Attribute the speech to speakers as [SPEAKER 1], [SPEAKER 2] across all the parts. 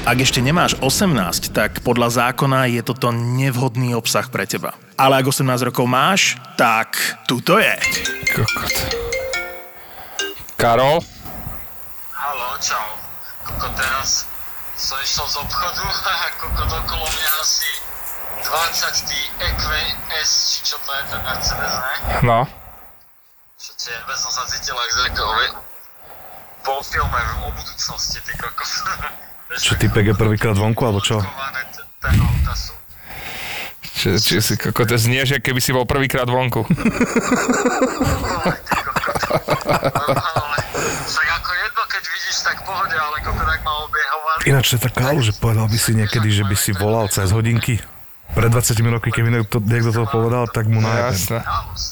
[SPEAKER 1] Ak ešte nemáš 18, tak podľa zákona je toto nevhodný obsah pre teba. Ale ak 18 rokov máš, tak tuto je.
[SPEAKER 2] Kokot. Karol?
[SPEAKER 3] Halo, čau. Koko teraz som išiel z obchodu a koko okolo mňa asi 20 tý EQS, či čo to je ten Mercedes, ne?
[SPEAKER 2] No.
[SPEAKER 3] Čo tie, vôbec som sa cítil ako z nejakého ve- po filme o budúcnosti, ty kokos. Vieš,
[SPEAKER 4] Čo, typek je prvýkrát vonku, alebo čo?
[SPEAKER 3] Blokované t- ten auta sú.
[SPEAKER 2] Či, či si kokot znieš, jak keby si bol prvýkrát vonku.
[SPEAKER 3] Ale však ako jedno, keď vidíš, tak pohode, ale koko tak ma obiehovali.
[SPEAKER 4] Ináč to je taká alu, že povedal by si niekedy, že by si volal cez hodinky. Pred 20 roky, keby niekto, niekto to povedal, tak mu
[SPEAKER 2] No
[SPEAKER 4] najebem.
[SPEAKER 2] jasné.
[SPEAKER 3] Halus.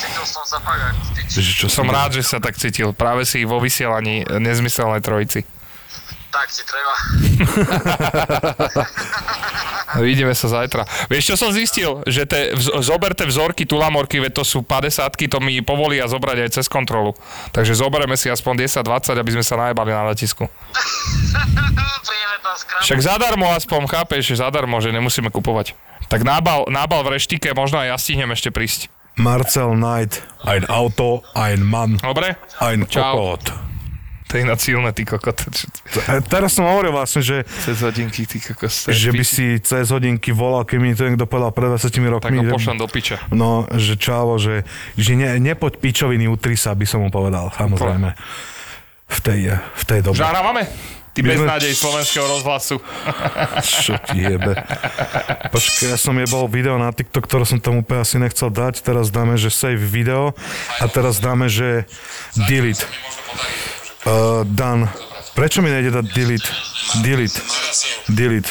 [SPEAKER 3] Cítil som sa fakt ako pič.
[SPEAKER 4] Že čo
[SPEAKER 2] Som
[SPEAKER 4] si-
[SPEAKER 2] rád, že sa tak cítil. Práve si vo vysielaní nezmyselnej trojici.
[SPEAKER 3] Tak ti treba.
[SPEAKER 2] Vidíme sa zajtra. Vieš, čo som zistil? Že te, vz, zoberte vzorky tulamorky, veď to sú 50 to mi povolia zobrať aj cez kontrolu. Takže zoberieme si aspoň 10-20, aby sme sa najebali na letisku.
[SPEAKER 3] Príjeme tam skrát.
[SPEAKER 2] Však zadarmo aspoň, chápeš, že zadarmo, že nemusíme kupovať. Tak nábal, nábal v reštike, možno aj ja stihnem ešte prísť.
[SPEAKER 4] Marcel Knight, ein Auto, ein Mann,
[SPEAKER 2] Dobre?
[SPEAKER 4] ein
[SPEAKER 2] Čau.
[SPEAKER 4] Kokot.
[SPEAKER 2] To je ináč silné, ty kokot.
[SPEAKER 4] E, Teraz som hovoril vlastne, že,
[SPEAKER 2] Cez hodinky, ty kokos.
[SPEAKER 4] že by si cez hodinky volal, keď mi to niekto povedal pred 20
[SPEAKER 2] Tak
[SPEAKER 4] rokmi.
[SPEAKER 2] ho
[SPEAKER 4] že-
[SPEAKER 2] pošlem do piče.
[SPEAKER 4] No, že čávo, že, že ne, nepoď pičoviny utri sa, by som mu povedal, samozrejme. V tej, v tej dobe.
[SPEAKER 2] Zahrávame? Ty
[SPEAKER 4] My sme-
[SPEAKER 2] beznádej slovenského rozhlasu.
[SPEAKER 4] Čo ti jebe. Počkaj, ja som jebal video na TikTok, ktoré som tam úplne asi nechcel dať. Teraz dáme, že save video a teraz dáme, že delete. Uh, done. Prečo mi nejde dať delete? Delete. Delete.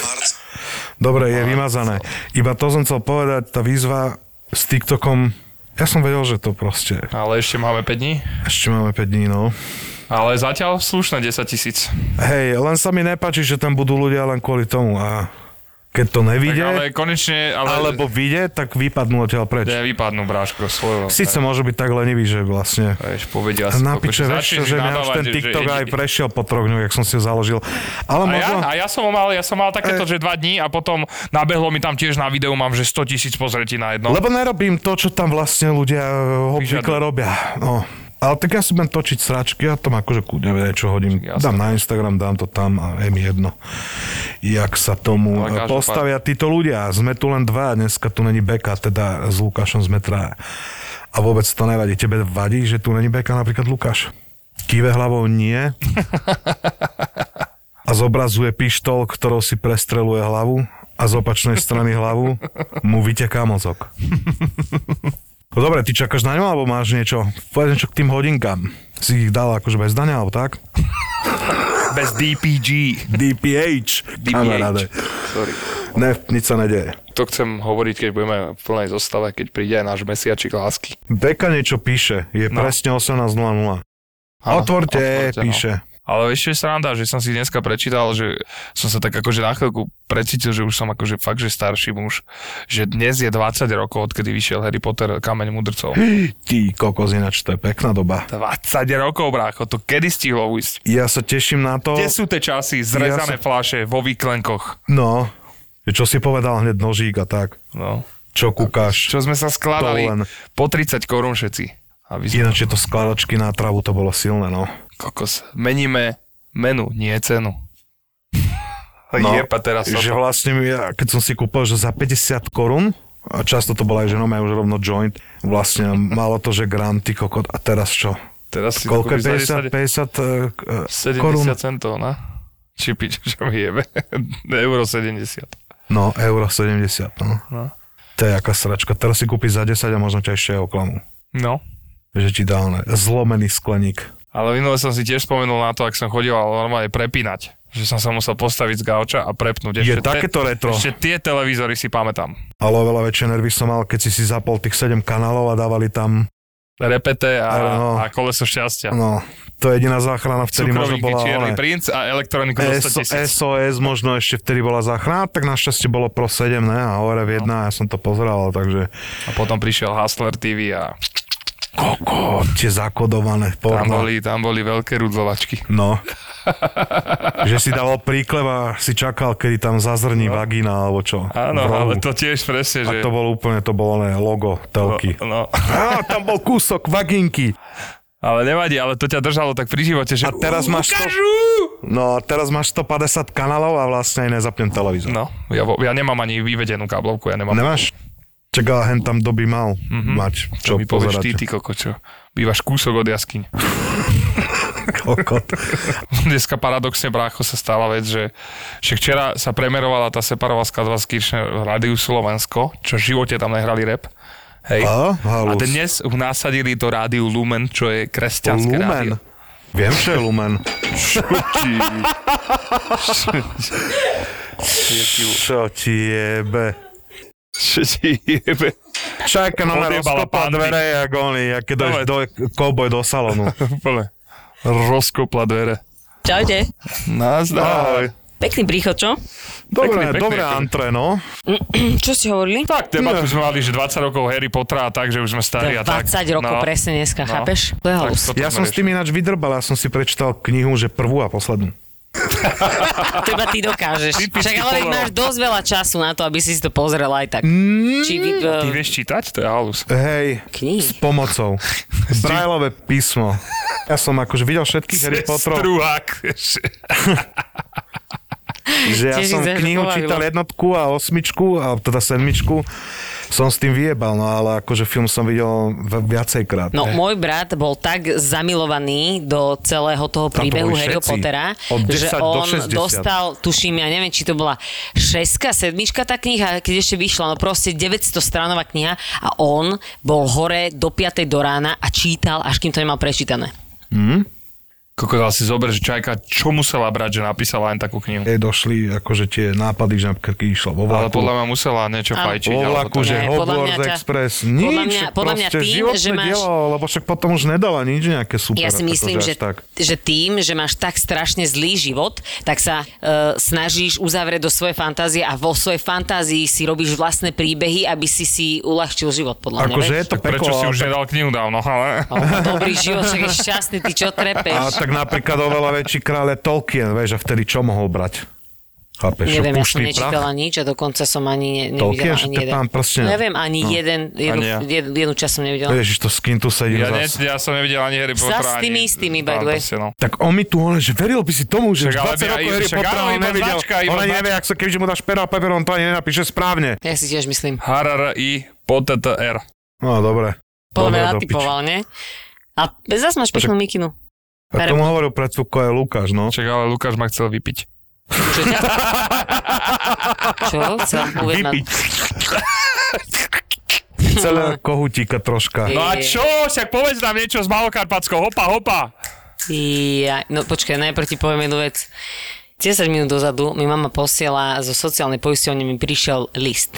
[SPEAKER 4] Dobre, je vymazané. Iba to som chcel povedať, tá výzva s TikTokom, ja som vedel, že to proste,
[SPEAKER 2] Ale ešte máme 5 dní.
[SPEAKER 4] ešte máme 5 dní, no.
[SPEAKER 2] Ale zatiaľ slušné 10 tisíc.
[SPEAKER 4] Hej, len sa mi nepáči, že tam budú ľudia len kvôli tomu a keď to nevidie...
[SPEAKER 2] Ale konečne, ale...
[SPEAKER 4] alebo vyjde, tak vypadnú odtiaľ preč.
[SPEAKER 2] Ne, vypadnú bráško svojho.
[SPEAKER 4] Sice môže byť tak lenivý, že vlastne
[SPEAKER 2] Vieš, povedia Akože si,
[SPEAKER 4] na
[SPEAKER 2] kokos,
[SPEAKER 4] piče, vieš
[SPEAKER 2] začneš
[SPEAKER 4] čo, že mňa už
[SPEAKER 2] nadávať,
[SPEAKER 4] ten
[SPEAKER 2] že-
[SPEAKER 4] TikTok
[SPEAKER 2] že-
[SPEAKER 4] aj prešiel po troch dňoch, jak som si ho založil. Ale
[SPEAKER 2] A ja,
[SPEAKER 4] možno... E-
[SPEAKER 2] a ja som ho mal, ja som mal takéto, že dva dní a potom nabehlo mi tam tiež na videu, mám, že 100 tisíc pozretí na jedno.
[SPEAKER 4] Lebo nerobím to, čo tam vlastne ľudia e, obvykle
[SPEAKER 2] Vyžadujú.
[SPEAKER 4] robia. No. Ale tak ja si budem točiť sračky, ja tam akože kúdne niečo hodím.
[SPEAKER 2] Jasné.
[SPEAKER 4] Dám na Instagram, dám to tam a je mi jedno, jak sa tomu
[SPEAKER 2] Ale
[SPEAKER 4] e,
[SPEAKER 2] každopádne.
[SPEAKER 4] postavia títo ľudia. Sme tu len dva, dneska tu není Beka, teda s Lukášom sme traja. A vôbec to nevadí. Tebe vadí, že tu není Beka napríklad Lukáš? Kýve hlavou nie. A zobrazuje pištol, ktorou si prestreluje hlavu a z opačnej strany hlavu mu vyteká mozog. No dobre, ty čakáš na ňu, alebo máš niečo? Povedz niečo k tým hodinkám. Si ich dal akože bez dania, alebo tak?
[SPEAKER 2] Bez DPG.
[SPEAKER 4] DPH.
[SPEAKER 2] DPH.
[SPEAKER 4] Kamaráde.
[SPEAKER 2] Sorry.
[SPEAKER 4] Ne, nič sa nedeje.
[SPEAKER 2] To chcem hovoriť, keď budeme v plnej zostave, keď príde aj náš mesiačik lásky.
[SPEAKER 4] Beka niečo píše. Je
[SPEAKER 2] No.
[SPEAKER 4] presne 18.00.
[SPEAKER 2] otvorte,
[SPEAKER 4] Otvorte,
[SPEAKER 2] no.
[SPEAKER 4] píše.
[SPEAKER 2] Ale vieš, čo je sranda, že som si dneska prečítal, že som sa tak akože na chvíľku precítil, že už som akože fakt, že starší muž, že dnes je 20 rokov, odkedy vyšiel Harry Potter Kameň mudrcov. 20
[SPEAKER 4] Ty kokos, ináč to je pekná doba.
[SPEAKER 2] rokov, brácho, to kedy stihlo ujsť?
[SPEAKER 4] Ja sa teším na to.
[SPEAKER 2] Kde sú tie časy, zrezané
[SPEAKER 4] Ja
[SPEAKER 2] fláše vo výklenkoch?
[SPEAKER 4] No, čo si povedal hneď nožík a tak.
[SPEAKER 2] No.
[SPEAKER 4] Čo kúkaš?
[SPEAKER 2] Čo sme sa skladali
[SPEAKER 4] To len.
[SPEAKER 2] po 30 korún všetci. Aby sme
[SPEAKER 4] Ináč je to skladačky na travu, to bolo silné, no.
[SPEAKER 2] kokos, meníme menu, nie cenu.
[SPEAKER 4] No,
[SPEAKER 2] Jepa teraz sa
[SPEAKER 4] Že
[SPEAKER 2] to...
[SPEAKER 4] vlastne, ja, keď som si kúpil, že za 50 korún, a často to bola aj ženom, ja už rovno joint, vlastne malo to, že gram, ty kokot, a teraz čo?
[SPEAKER 2] Teraz si
[SPEAKER 4] Koľko je
[SPEAKER 2] kúpiš za
[SPEAKER 4] 50,
[SPEAKER 2] 10 70
[SPEAKER 4] 50 e, korún?
[SPEAKER 2] centov, na? Či pič, čo mi jebe? Euro 70.
[SPEAKER 4] No, euro 70, no.
[SPEAKER 2] No.
[SPEAKER 4] To je aká sračka. Teraz si kúpiš za 10 a možno ťa ešte aj oklamú.
[SPEAKER 2] No.
[SPEAKER 4] Že ti dá ne, zlomený skleník.
[SPEAKER 2] Ale minule som si tiež spomenul na to, ak som chodil ale normálne prepínať. Že som sa musel postaviť z gauča a prepnúť.
[SPEAKER 4] Je takéto retro.
[SPEAKER 2] Ešte tie televízory si pamätám.
[SPEAKER 4] Ale oveľa väčšie nervy som mal, keď si si zapol tých 7 kanálov a dávali tam,
[SPEAKER 2] Repete a,
[SPEAKER 4] Áno.
[SPEAKER 2] a koleso šťastia.
[SPEAKER 4] no, to je jediná záchrana, vtedy možno
[SPEAKER 2] Cukrovinky,
[SPEAKER 4] bola... E
[SPEAKER 2] Čierny
[SPEAKER 4] ale-
[SPEAKER 2] princ a elektroniku do 100
[SPEAKER 4] SO,
[SPEAKER 2] tisíc.
[SPEAKER 4] SOS možno ešte vtedy bola záchrana, tak našťastie bolo pro 7, ne? A ORF 1, no. ja som to pozeral, takže...
[SPEAKER 2] A potom prišiel Hustler TV a
[SPEAKER 4] Koko, tie zakodované
[SPEAKER 2] Oh. tam
[SPEAKER 4] porno.
[SPEAKER 2] boli, tam boli veľké rudzovačky.
[SPEAKER 4] No, Že si dával príklep a si čakal, kedy tam zazrní no. vagina alebo čo.
[SPEAKER 2] Áno,
[SPEAKER 4] v rohu.
[SPEAKER 2] ale to tiež presne,
[SPEAKER 4] A
[SPEAKER 2] že...
[SPEAKER 4] to bolo úplne, to bolo ne, logo telky. No.
[SPEAKER 2] No,
[SPEAKER 4] Á, tam bol kúsok vaginky.
[SPEAKER 2] ale nevadí, ale to ťa držalo tak pri živote, že...
[SPEAKER 4] A teraz máš to-
[SPEAKER 2] Ukážu!
[SPEAKER 4] No a teraz máš 150 kanálov a vlastne aj nezapnem televízor.
[SPEAKER 2] No, ja, vo- ja nemám ani vyvedenú káblovku, ja nemám.
[SPEAKER 4] Nemáš? Čaká, hen tam doby mal mm-hmm. mať,
[SPEAKER 2] čo
[SPEAKER 4] čo
[SPEAKER 2] Mhm. mi povieš ty,
[SPEAKER 4] pozerať.
[SPEAKER 2] ty kokočo. Bývaš kúsok od jaskyň.
[SPEAKER 4] Kokot.
[SPEAKER 2] Dneska paradoxne, brácho, sa stala vec, že však včera sa premerovala tá separová skladba z Kirchner v Rádiu Slovensko, čo v živote tam nehrali rap. Hej.
[SPEAKER 4] A?
[SPEAKER 2] A
[SPEAKER 4] Halus.
[SPEAKER 2] dnes ju nasadili do rádiu Lumen, čo je kresťanské rádio.
[SPEAKER 4] Lumen. Viem, čo je Lumen. Čo ti jebe?
[SPEAKER 2] Čo ti jebe?
[SPEAKER 4] Čak, no
[SPEAKER 2] Odjebala
[SPEAKER 4] rozkopal
[SPEAKER 2] pandy.
[SPEAKER 4] dvere, jak oni, jak keď dojdeš do
[SPEAKER 2] Dobre.
[SPEAKER 4] kouboj do salónu.
[SPEAKER 2] Úplne. Rozkopla dvere.
[SPEAKER 5] Čaute.
[SPEAKER 2] Nazdar.
[SPEAKER 4] Ahoj.
[SPEAKER 5] Pekný príchod, čo?
[SPEAKER 4] Dobré,
[SPEAKER 2] Pekný, pekný,
[SPEAKER 4] dobré
[SPEAKER 2] pekný.
[SPEAKER 4] antre, no.
[SPEAKER 5] Hm, Čo ste hovorili?
[SPEAKER 2] Tak debatu sme mali, že 20 rokov Harry Pottera a tak, že už sme starí a
[SPEAKER 5] 20
[SPEAKER 2] tak.
[SPEAKER 5] rokov presne dneska,
[SPEAKER 2] No.
[SPEAKER 5] chápeš? To je
[SPEAKER 2] Tak
[SPEAKER 5] halus.
[SPEAKER 2] toto
[SPEAKER 4] Ja
[SPEAKER 2] sme
[SPEAKER 4] som s tým ináč vydrbal, ja som si prečítal knihu, že prvú a poslednú.
[SPEAKER 5] To iba ty dokážeš.
[SPEAKER 2] Typický
[SPEAKER 5] Však ale veď
[SPEAKER 2] Pavel.
[SPEAKER 5] máš dosť veľa času na to, aby si si to pozrel aj tak. Či vy... eh,
[SPEAKER 2] Ty vieš čítať? To je halus.
[SPEAKER 4] Hej,
[SPEAKER 5] Knihy.
[SPEAKER 4] s pomocou. Brajlové písmo. Ja som akože videl všetkých Harry Potterov,
[SPEAKER 2] Struhák.
[SPEAKER 4] že ja
[SPEAKER 5] Tiež
[SPEAKER 4] som
[SPEAKER 5] ich
[SPEAKER 4] knihu
[SPEAKER 5] zažalovali,
[SPEAKER 4] čítal
[SPEAKER 5] no.
[SPEAKER 4] jednotku a osmičku, a teda sedmičku. Som s tým vyjebal, no ale akože film som videl v- viacejkrát.
[SPEAKER 5] No, môj brat bol tak zamilovaný do celého
[SPEAKER 4] Tam
[SPEAKER 5] toho
[SPEAKER 4] to
[SPEAKER 5] príbehu
[SPEAKER 4] boli
[SPEAKER 5] Harryho
[SPEAKER 4] všetci.
[SPEAKER 5] Pottera,
[SPEAKER 4] Od 10
[SPEAKER 5] že
[SPEAKER 4] do
[SPEAKER 5] on
[SPEAKER 4] 60.
[SPEAKER 5] dostal, tuším, ja neviem, či to bola 6 sedmička tá kniha, keď ešte vyšla, no proste 900 stranová kniha a on bol hore do 5 do rána a čítal, až kým to nemal prečítané.
[SPEAKER 2] Koko, ale si zober, že Čajka čo musela brať, že napísala len takú knihu.
[SPEAKER 4] Jej došli akože tie nápady, že napríklad keď išla vo
[SPEAKER 2] Ale
[SPEAKER 4] vlaku.
[SPEAKER 2] podľa mňa musela niečo
[SPEAKER 5] Áno.
[SPEAKER 2] fajčiť.
[SPEAKER 4] vo
[SPEAKER 2] alebo
[SPEAKER 4] vlaku,
[SPEAKER 2] to-
[SPEAKER 4] že
[SPEAKER 5] Nie, podľa mňa
[SPEAKER 4] Hogwarts
[SPEAKER 5] ťa-
[SPEAKER 4] Express, nič,
[SPEAKER 5] podľa mňa- podľa mňa
[SPEAKER 4] proste
[SPEAKER 5] tým,
[SPEAKER 4] životné
[SPEAKER 5] že máš-
[SPEAKER 4] dielo, lebo však potom už nedala nič nejaké super.
[SPEAKER 5] Ja si
[SPEAKER 4] akože
[SPEAKER 5] myslím,
[SPEAKER 4] až
[SPEAKER 5] že,
[SPEAKER 4] tak.
[SPEAKER 5] že tým, že máš tak strašne zlý život, tak sa e, snažíš uzavrieť do svojej fantázie a vo svojej fantázii si robíš vlastné príbehy, aby si si uľahčil život, podľa mňa.
[SPEAKER 4] Akože je
[SPEAKER 5] vieš?
[SPEAKER 4] to
[SPEAKER 2] Tak
[SPEAKER 4] peklo,
[SPEAKER 2] prečo si
[SPEAKER 4] ale
[SPEAKER 2] už nedal knihu dávno, ale...
[SPEAKER 5] O, Dobrý život, však je šťastný, ty
[SPEAKER 4] A
[SPEAKER 5] čo trepeš?
[SPEAKER 4] tak napríklad oveľa väčší kráľ je Tolkien, vieš, a vtedy čo mohol brať? Chápeš?
[SPEAKER 5] Neviem, ja som
[SPEAKER 4] Púštny
[SPEAKER 5] nečítala nič a dokonca som ani ne,
[SPEAKER 4] Tolkien,
[SPEAKER 5] nevidela
[SPEAKER 4] že
[SPEAKER 5] ani
[SPEAKER 4] to
[SPEAKER 5] jeden.
[SPEAKER 4] pán prstenov.
[SPEAKER 5] Neviem, ani
[SPEAKER 4] No.
[SPEAKER 5] jeden, jednu,
[SPEAKER 2] Ani ja.
[SPEAKER 5] jednu, jednu časť som nevidela.
[SPEAKER 4] Ježiš, to s kým tu sedím
[SPEAKER 2] Ja, ne,
[SPEAKER 4] zas.
[SPEAKER 2] ja som nevidel ani Harry
[SPEAKER 5] Sa
[SPEAKER 2] Pottera.
[SPEAKER 5] s
[SPEAKER 2] ani
[SPEAKER 5] tými
[SPEAKER 2] no.
[SPEAKER 5] istými, by the
[SPEAKER 2] Pán
[SPEAKER 5] way.
[SPEAKER 2] prstenov.
[SPEAKER 4] Tak on mi tu hovorí, že veril by si tomu, že
[SPEAKER 2] Však ale
[SPEAKER 4] 20
[SPEAKER 2] ja-
[SPEAKER 4] rokov Harry
[SPEAKER 2] však
[SPEAKER 4] Pottera
[SPEAKER 2] áno,
[SPEAKER 4] on
[SPEAKER 2] iba
[SPEAKER 4] nevidel.
[SPEAKER 2] značka, iba
[SPEAKER 4] Ona
[SPEAKER 2] značka.
[SPEAKER 4] nevie, ak sa, keďže mu dáš pero a papier, on to ani nenapíše správne.
[SPEAKER 5] Ja si tiež myslím.
[SPEAKER 2] Harar i PTTR.
[SPEAKER 4] No, dobre.
[SPEAKER 5] Podľa
[SPEAKER 4] Dobre,
[SPEAKER 5] mňa
[SPEAKER 4] do
[SPEAKER 5] natypoval, nie? A zase máš peknú mikinu.
[SPEAKER 4] A tomu hovoril pred chvíľkou aj Lukáš, no.
[SPEAKER 2] Čak, ale Lukáš ma chcel vypiť.
[SPEAKER 5] Čo ťa? Čo? Chcela uvednať.
[SPEAKER 4] Celé kohutíka troška.
[SPEAKER 2] No a čo? Však povedz nám niečo z Malokarpackou. Hopa, hopa.
[SPEAKER 5] Ja, no počkaj, najprv ti poviem jednu vec. 10 minút dozadu mi mama posiela zo sociálnej poisťovne mi prišiel list.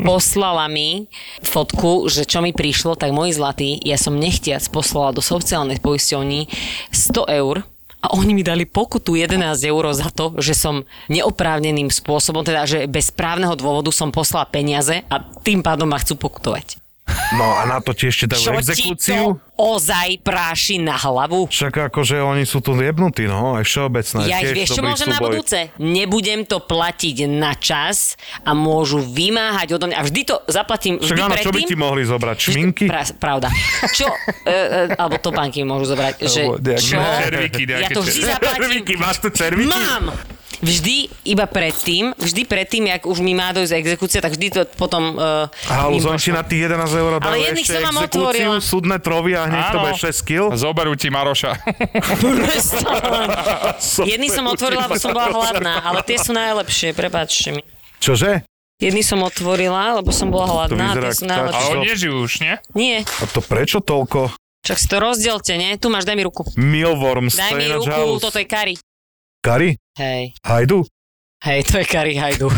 [SPEAKER 5] Poslala mi fotku, že čo mi prišlo, tak môj zlatý, ja som nechtiac poslala do sociálnej poisťovni 100 eur a oni mi dali pokutu 11 eur za to, že som neoprávneným spôsobom, teda že bez právneho dôvodu som poslala peniaze a tým pádom ma chcú pokutovať.
[SPEAKER 4] No a na to ti ešte dajú
[SPEAKER 5] Čo ti to
[SPEAKER 4] exekúciu.
[SPEAKER 5] ozaj práši na hlavu?
[SPEAKER 4] Však akože oni sú tu jebnutí, no, aj všeobecné.
[SPEAKER 5] Ja ich
[SPEAKER 4] tiež
[SPEAKER 5] vieš, čo
[SPEAKER 4] dobrý
[SPEAKER 5] môžem na
[SPEAKER 4] súboj.
[SPEAKER 5] budúce? Nebudem to platiť na čas a môžu vymáhať odo mňa. A vždy to zaplatím vždy
[SPEAKER 4] Však áno, čo by
[SPEAKER 5] predtým.
[SPEAKER 4] ti mohli zobrať? Šminky?
[SPEAKER 5] Pra, pravda. Čo, e, e, alebo topánky mi môžu zobrať. Že, čo?
[SPEAKER 2] červíky,
[SPEAKER 5] Ja
[SPEAKER 2] nejaké
[SPEAKER 5] to vždy
[SPEAKER 2] čer-
[SPEAKER 5] zaplatím.
[SPEAKER 4] Červíky, máš tu červíky?
[SPEAKER 5] Mám! Vždy iba predtým, vždy predtým, jak už mi má dojsť exekúcia, tak vždy to potom... Uh,
[SPEAKER 4] Halus, oni ti na tých 11 eur dajú
[SPEAKER 5] jedných
[SPEAKER 4] ešte
[SPEAKER 5] som vám
[SPEAKER 4] exekúciu,
[SPEAKER 5] otvorila.
[SPEAKER 4] súdne trovy a hneď to
[SPEAKER 2] Áno.
[SPEAKER 4] bude 6 kg.
[SPEAKER 2] Zoberú ti Maroša.
[SPEAKER 5] Jedný som otvorila, lebo som bola hladná, ale tie sú najlepšie, prepáčte mi.
[SPEAKER 4] Čože?
[SPEAKER 5] Jedný som otvorila, lebo som bola hladná, a
[SPEAKER 4] vyzerá ako
[SPEAKER 5] tie sú
[SPEAKER 4] tak-
[SPEAKER 2] A
[SPEAKER 5] najlepšie.
[SPEAKER 2] on nežijú už, nie?
[SPEAKER 5] Nie,
[SPEAKER 4] A to prečo toľko?
[SPEAKER 5] Čak si to rozdielte, nie? Tu máš, daj mi ruku.
[SPEAKER 4] Mealworms,
[SPEAKER 5] Daj
[SPEAKER 4] to je
[SPEAKER 5] mi
[SPEAKER 4] ináč
[SPEAKER 5] ruku,
[SPEAKER 4] halus.
[SPEAKER 5] toto je kari.
[SPEAKER 4] Kari?
[SPEAKER 5] Hej,
[SPEAKER 4] Hajdu?
[SPEAKER 5] hej, to je kari hajdu.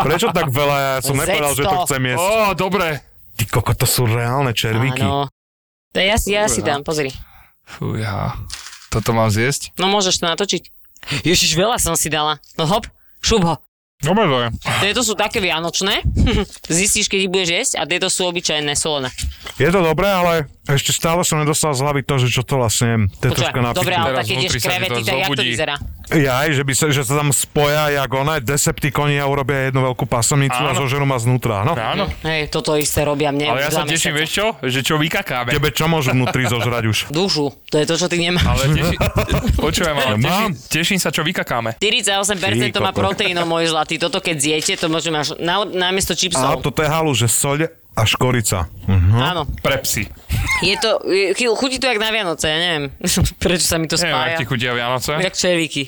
[SPEAKER 4] Prečo tak veľa? Ja som
[SPEAKER 5] Zeď
[SPEAKER 4] nepovedal, že to
[SPEAKER 5] to. Oh.
[SPEAKER 4] chcem
[SPEAKER 2] Ó,
[SPEAKER 4] jesť.
[SPEAKER 2] dobre.
[SPEAKER 4] Ty koko, to sú reálne červíky.
[SPEAKER 5] Áno. To Ja, si, ja
[SPEAKER 2] Dobre,
[SPEAKER 5] si
[SPEAKER 2] no.
[SPEAKER 5] dám, pozri.
[SPEAKER 2] Fúja. Toto mám zjesť?
[SPEAKER 5] No môžeš to natočiť. Ježiš, veľa som si dala. No hop, šup ho.
[SPEAKER 2] Dobre to je.
[SPEAKER 5] Tieto sú také vianočné, zistíš, keď ich budeš jesť a tieto sú obyčajné solené.
[SPEAKER 4] Je to dobré, ale ešte stále som nedostal z hlavy to, že čo to vlastne je. To je troška na
[SPEAKER 5] Počúvaj, dobre, ale
[SPEAKER 2] Teraz
[SPEAKER 5] tak keď ješ
[SPEAKER 2] vnútri sa ti to
[SPEAKER 5] krevety, tak jak to
[SPEAKER 2] zobudí.
[SPEAKER 5] vyzerá?
[SPEAKER 4] Ja, že, by sa, že sa tam spoja, jak ona, Decepticoni a urobia jednu veľkú pasomnicu a
[SPEAKER 2] Áno.
[SPEAKER 4] zožerú ma znútra, no.
[SPEAKER 2] Áno.
[SPEAKER 5] Hej, toto isté robia mne.
[SPEAKER 2] Ale ja
[SPEAKER 5] už
[SPEAKER 2] sa
[SPEAKER 5] dva
[SPEAKER 2] teším,
[SPEAKER 5] mesiace.
[SPEAKER 2] vieš čo? Že čo vykakáme.
[SPEAKER 4] Tebe čo môžu vnútri zožrať už?
[SPEAKER 5] Dušu, to je to, čo ty nemáš.
[SPEAKER 2] Ale teším, počujem, ale
[SPEAKER 4] Ja
[SPEAKER 2] teším,
[SPEAKER 4] mám.
[SPEAKER 2] teším sa, čo vykakáme.
[SPEAKER 5] 48% to
[SPEAKER 4] Ty
[SPEAKER 5] má
[SPEAKER 4] kokos.
[SPEAKER 5] proteínov, môj zlatý. Toto keď zjete, to môže máš na, namiesto
[SPEAKER 4] Aha,
[SPEAKER 5] čipsov.
[SPEAKER 4] toto je halu, že soľ a škorica. Mhm.
[SPEAKER 5] Áno.
[SPEAKER 2] Pre psy.
[SPEAKER 5] Je to, je, chy- chutí to jak na Vianoce, ja neviem, prečo sa mi to
[SPEAKER 2] Neviem, ak
[SPEAKER 5] spája.
[SPEAKER 2] ti chutia Vianoce.
[SPEAKER 5] Jak čevíky.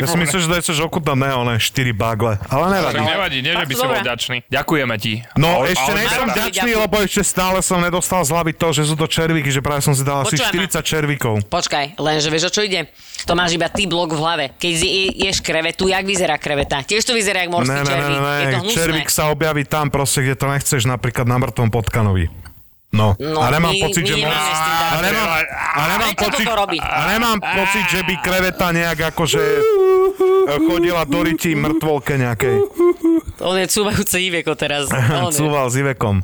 [SPEAKER 4] Ja si myslím, že to je čo okutné, one, štyri bagle. Ale nevadí.
[SPEAKER 2] Nevadí, nie, že by si
[SPEAKER 5] No, Dobre.
[SPEAKER 2] bol vďačný. Ďakujeme ti.
[SPEAKER 4] No,
[SPEAKER 2] Ale-
[SPEAKER 4] ešte
[SPEAKER 2] ale-
[SPEAKER 4] nie som
[SPEAKER 5] Áno,
[SPEAKER 4] vďačný,
[SPEAKER 5] ďakujem.
[SPEAKER 4] lebo ešte stále som nedostal z hlavy to, že sú to červíky, že práve som si dal asi
[SPEAKER 5] Počúvaj ma.
[SPEAKER 4] 40 červíkov.
[SPEAKER 5] Počkaj, lenže vieš, o čo ide? To máš iba ty blok v hlave. Keď si je- ješ krevetu, jak vyzerá kreveta? Tiež to vyzerá jak morský
[SPEAKER 4] Ne, ne, ne,
[SPEAKER 5] červík.
[SPEAKER 4] ne,
[SPEAKER 5] Je to
[SPEAKER 4] ne,
[SPEAKER 5] hnusné.
[SPEAKER 4] červík sa objaví tam proste, kde to nechceš, napríklad na mŕtvom potkanovi. No,
[SPEAKER 5] No,
[SPEAKER 4] a nemám
[SPEAKER 5] my-
[SPEAKER 4] pocit,
[SPEAKER 5] my
[SPEAKER 4] že...
[SPEAKER 5] nemáme
[SPEAKER 4] mor-
[SPEAKER 5] s tým
[SPEAKER 4] a
[SPEAKER 5] dávať.
[SPEAKER 4] nemám, a nemám
[SPEAKER 5] Prečo
[SPEAKER 4] pocit,
[SPEAKER 5] toto robí?
[SPEAKER 4] a nemám pocit, že by kreveta nejak akože e, chodila do ryti mŕtvolke nejakej.
[SPEAKER 5] On je cúvajúce Iveko teraz. On je.
[SPEAKER 4] Cúval s Ivekom.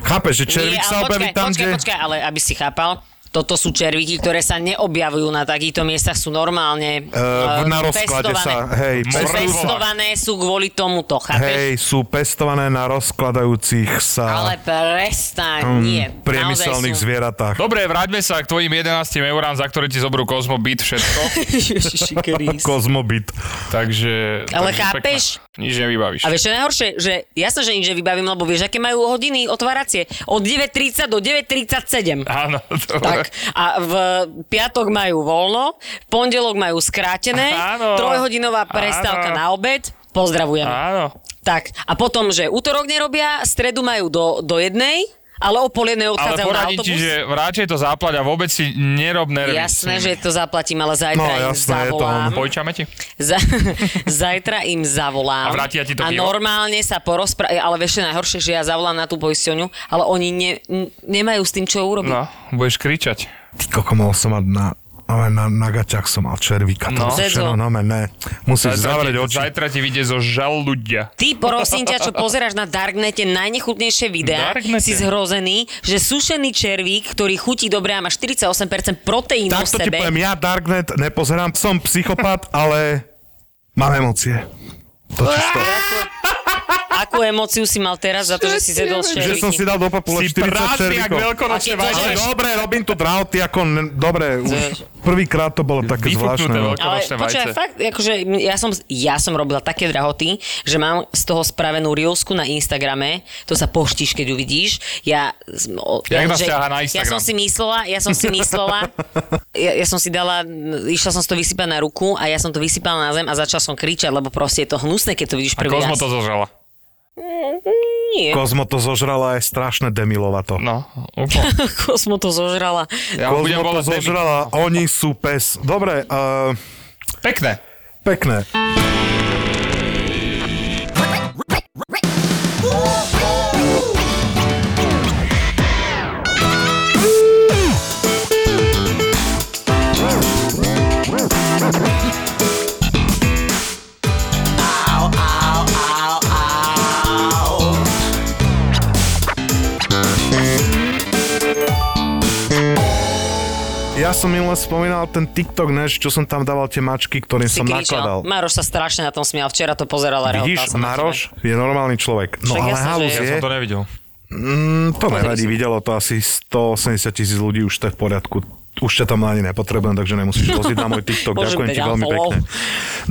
[SPEAKER 4] Chápeš, že červík
[SPEAKER 5] Nie, ale
[SPEAKER 4] sa objaví
[SPEAKER 5] počkaj,
[SPEAKER 4] tam,
[SPEAKER 5] počkaj,
[SPEAKER 4] kde...
[SPEAKER 5] počkaj, ale aby si chápal, toto sú červíky, ktoré sa neobjavujú na takýchto miestach, sú
[SPEAKER 4] Eh,
[SPEAKER 5] normálne eh,
[SPEAKER 4] na rozklade
[SPEAKER 5] pestované.
[SPEAKER 4] sa, hej,
[SPEAKER 5] sú
[SPEAKER 2] mŕtvola.
[SPEAKER 5] pestované, sú kvôli tomuto, chápeš?
[SPEAKER 4] Hej, sú pestované na rozkladajúcich sa
[SPEAKER 5] Ale prestaň, nie.
[SPEAKER 4] mm, priemyselných
[SPEAKER 5] naozaj sú-
[SPEAKER 4] zvieratách.
[SPEAKER 2] Dobre, vráťme sa k tvojim 11 eurám, za ktoré ti zoberú Kozmobit všetko.
[SPEAKER 5] Ježiši Krist.
[SPEAKER 4] Kozmobit.
[SPEAKER 2] takže...
[SPEAKER 5] Ale
[SPEAKER 2] takže
[SPEAKER 5] chápeš?
[SPEAKER 2] Pekná. Nič nevybavíš.
[SPEAKER 5] A vieš, čo je najhoršie? Že jasné, že nič nevybavím, lebo vieš, aké majú hodiny otváracie? Od 9.30 do 9.37.
[SPEAKER 2] Áno, dobre.
[SPEAKER 5] Tak. A v piatok majú voľno, v pondelok majú skrátené,
[SPEAKER 2] Áno.
[SPEAKER 5] trojhodinová
[SPEAKER 2] Áno.
[SPEAKER 5] prestávka na obed. Pozdravujeme.
[SPEAKER 2] Áno.
[SPEAKER 5] Tak, a potom, že útorok nerobia, stredu majú do, do jednej, ale o pol jednej
[SPEAKER 2] Ale
[SPEAKER 5] odchádzajú na
[SPEAKER 2] poradím
[SPEAKER 5] autobus.
[SPEAKER 2] ti, že vráčej to záplať a vôbec si nerob nervy.
[SPEAKER 5] Jasné, že to zaplatím, ale zajtra
[SPEAKER 4] No,
[SPEAKER 5] im
[SPEAKER 4] jasné, je to
[SPEAKER 5] zavolám.
[SPEAKER 4] on.
[SPEAKER 2] Pojčame ti?
[SPEAKER 5] Za, zajtra im zavolám.
[SPEAKER 2] A vrátia ti to
[SPEAKER 5] A
[SPEAKER 2] pivo?
[SPEAKER 5] normálne sa porozprávajú, ale vieš, čo je najhoršie, že ja zavolám na tú poisťovňu, ale oni ne, n- nemajú s tým čo urobiť.
[SPEAKER 2] No, budeš kričať.
[SPEAKER 4] Ty koko, mal som mať na... Ale na, na gaťach som mal červíka.
[SPEAKER 2] No.
[SPEAKER 4] No. To
[SPEAKER 5] Zezo.
[SPEAKER 4] všetko, no, ne, ne. Musíš zavrieť
[SPEAKER 2] ti,
[SPEAKER 4] oči.
[SPEAKER 2] zajtra ti vyjde zo žalúdia.
[SPEAKER 5] Ty, prosím ťa, čo pozeráš na Darknete najnechutnejšie videá,
[SPEAKER 2] Darknete?
[SPEAKER 5] si zhrozený, že sušený červík, ktorý chutí dobre a má 48% proteínu
[SPEAKER 4] Tak
[SPEAKER 5] v
[SPEAKER 4] to ti
[SPEAKER 5] sebe.
[SPEAKER 4] poviem, ja Darknet nepozerám, som psychopat, ale mám emócie. To čisto.
[SPEAKER 5] Akú emóciu si mal teraz za to, že si zjedol
[SPEAKER 4] Že som si
[SPEAKER 5] červíky?
[SPEAKER 4] dal do papule
[SPEAKER 2] Si
[SPEAKER 4] 40
[SPEAKER 2] prázdny, jak No,
[SPEAKER 4] červíkov.
[SPEAKER 2] veľkonočné
[SPEAKER 5] A keď
[SPEAKER 4] Ale
[SPEAKER 2] vajce.
[SPEAKER 5] Ježiš.
[SPEAKER 4] dobre, robím tu drouty, ako ne, dobre, už prvýkrát to bolo také
[SPEAKER 2] Vyfuknuté
[SPEAKER 4] zvláštne. no.
[SPEAKER 2] veľké.
[SPEAKER 5] Ale
[SPEAKER 2] Vianočné
[SPEAKER 5] počúvaj,
[SPEAKER 2] vajce.
[SPEAKER 5] fakt, akože ja som, ja som robila také drahoty, že mám z toho spravenú reelsku na Instagrame, to sa poštíš, keď ju vidíš. Ja, som- o-
[SPEAKER 2] Jak nás
[SPEAKER 5] že-
[SPEAKER 2] ťahá na
[SPEAKER 5] ja
[SPEAKER 2] Instagram?
[SPEAKER 5] som si myslela, ja som si myslela, ja, ja som si dala, išla som si to vysypať na ruku a ja som to vysypala na zem a začala som kričať, lebo proste je to hnusné, keď to vidíš
[SPEAKER 2] A
[SPEAKER 5] prvý
[SPEAKER 2] Kozmo
[SPEAKER 5] raz.
[SPEAKER 2] to zožala.
[SPEAKER 5] Nie,
[SPEAKER 4] Kozmo to zožrala aj strašne demilova to.
[SPEAKER 2] No, úplne.
[SPEAKER 5] Kozmo to zožrala.
[SPEAKER 2] Ja budem
[SPEAKER 4] Kozmo to
[SPEAKER 2] volať Debbie.
[SPEAKER 4] zožrala, oni sú pes. Dobre, uh,
[SPEAKER 2] Pekné.
[SPEAKER 4] pekné. Ja som minule spomínal ten TikTok, než čo som tam dával tie mačky, ktorým
[SPEAKER 5] Si
[SPEAKER 4] som nakladal.
[SPEAKER 5] kričal. Maroš sa strašne na tom smial, včera to pozeral a rehotala
[SPEAKER 4] Vidíš,
[SPEAKER 5] sa na tebe.
[SPEAKER 4] Maroš je normálny človek. No
[SPEAKER 5] Však
[SPEAKER 4] ale
[SPEAKER 5] jasné, že
[SPEAKER 4] halus
[SPEAKER 5] je.
[SPEAKER 2] Ja
[SPEAKER 4] je,
[SPEAKER 2] som to nevidel.
[SPEAKER 4] mm, to nevadí, videlo to asi 180 tisíc ľudí, už to je v poriadku. Už ťa tam ani nepotrebujem, takže nemusíš loziť na môj TikTok.
[SPEAKER 5] Môžem
[SPEAKER 4] Ďakujem
[SPEAKER 5] dať
[SPEAKER 4] ti veľmi
[SPEAKER 5] unfollow.
[SPEAKER 4] pekne.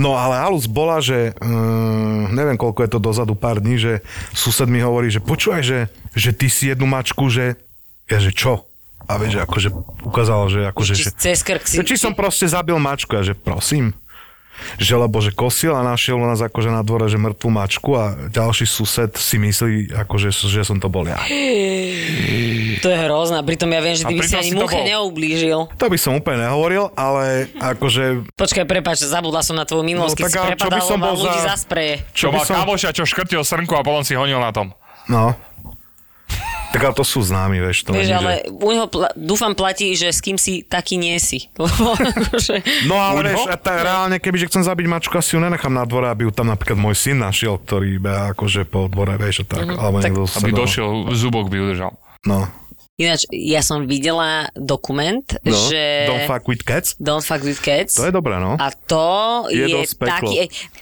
[SPEAKER 4] No ale halus bola, že mm, neviem koľko je to dozadu pár dní, že sused mi hovorí, že počúvaj, že, že ty si jednu mačku, že ja že čo? A vieš, že akože ukázalo, že akože...
[SPEAKER 5] Či
[SPEAKER 4] že,
[SPEAKER 5] cez krk
[SPEAKER 4] že
[SPEAKER 5] si...
[SPEAKER 4] či som proste zabil mačku a že prosím. Že lebo, že kosil a našiel u nás akože na dvore, že mŕtvu mačku a ďalší sused si myslí, akože, že som to bol ja.
[SPEAKER 5] To je hrozné, pritom ja viem, že ty
[SPEAKER 2] A
[SPEAKER 5] by si
[SPEAKER 2] pritom
[SPEAKER 5] ani
[SPEAKER 2] si to
[SPEAKER 5] muche
[SPEAKER 2] bol.
[SPEAKER 5] neublížil.
[SPEAKER 4] To by som úplne nehovoril, ale akože...
[SPEAKER 5] Počkaj, prepač, zabudla som na tvoju minulosť,
[SPEAKER 4] No,
[SPEAKER 5] keď
[SPEAKER 4] tak
[SPEAKER 5] si
[SPEAKER 4] ale čo
[SPEAKER 5] prepadal
[SPEAKER 4] by som bol
[SPEAKER 5] ľudí
[SPEAKER 4] za-
[SPEAKER 5] za... spreje.
[SPEAKER 2] Čo
[SPEAKER 4] by
[SPEAKER 2] mal
[SPEAKER 4] som-
[SPEAKER 2] kamoša, čo škrtil srnku a potom si honil na tom.
[SPEAKER 4] No. Tak Tak ale to sú známi, vieš, to není,
[SPEAKER 5] Vieš, ale
[SPEAKER 4] No, že...
[SPEAKER 5] u neho pla- dúfam platí, že s kým si taký nie si. Lebo akože,
[SPEAKER 4] No
[SPEAKER 2] Buď
[SPEAKER 4] ale
[SPEAKER 2] ho?
[SPEAKER 4] vieš, a tá, reálne, kebyže chcem zabiť mačku, asi ju nenechám na dvore, aby ju tam napríklad môj syn našiel, ktorý iba akože po dvore, vieš, a tak. Mm-hmm. Alebo niekto sa
[SPEAKER 2] Aby
[SPEAKER 4] doma-
[SPEAKER 2] došiel, zubok by udržal.
[SPEAKER 4] No.
[SPEAKER 5] ináč, ja som videla dokument,
[SPEAKER 4] no.
[SPEAKER 5] že...
[SPEAKER 4] Don't fuck with cats.
[SPEAKER 5] Don't fuck with cats.
[SPEAKER 4] To je dobré, no.
[SPEAKER 5] A to
[SPEAKER 4] Je
[SPEAKER 5] je,
[SPEAKER 4] dosť peklo.
[SPEAKER 5] taký...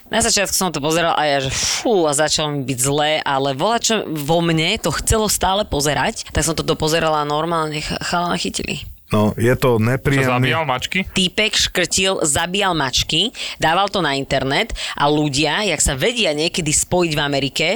[SPEAKER 5] Na začiatku som to pozeral a ja, že fú, a začalo mi byť zlé, ale volačo vo mne to chcelo stále pozerať, tak som to dopozerala a normálne, ch- chalana chytili.
[SPEAKER 4] No, je to
[SPEAKER 2] Čo
[SPEAKER 4] nepríjemný.
[SPEAKER 2] zabíjal mačky?
[SPEAKER 5] Týpek škrtil, zabíjal mačky, dával to na internet a ľudia, jak sa vedia niekedy spojiť v Amerike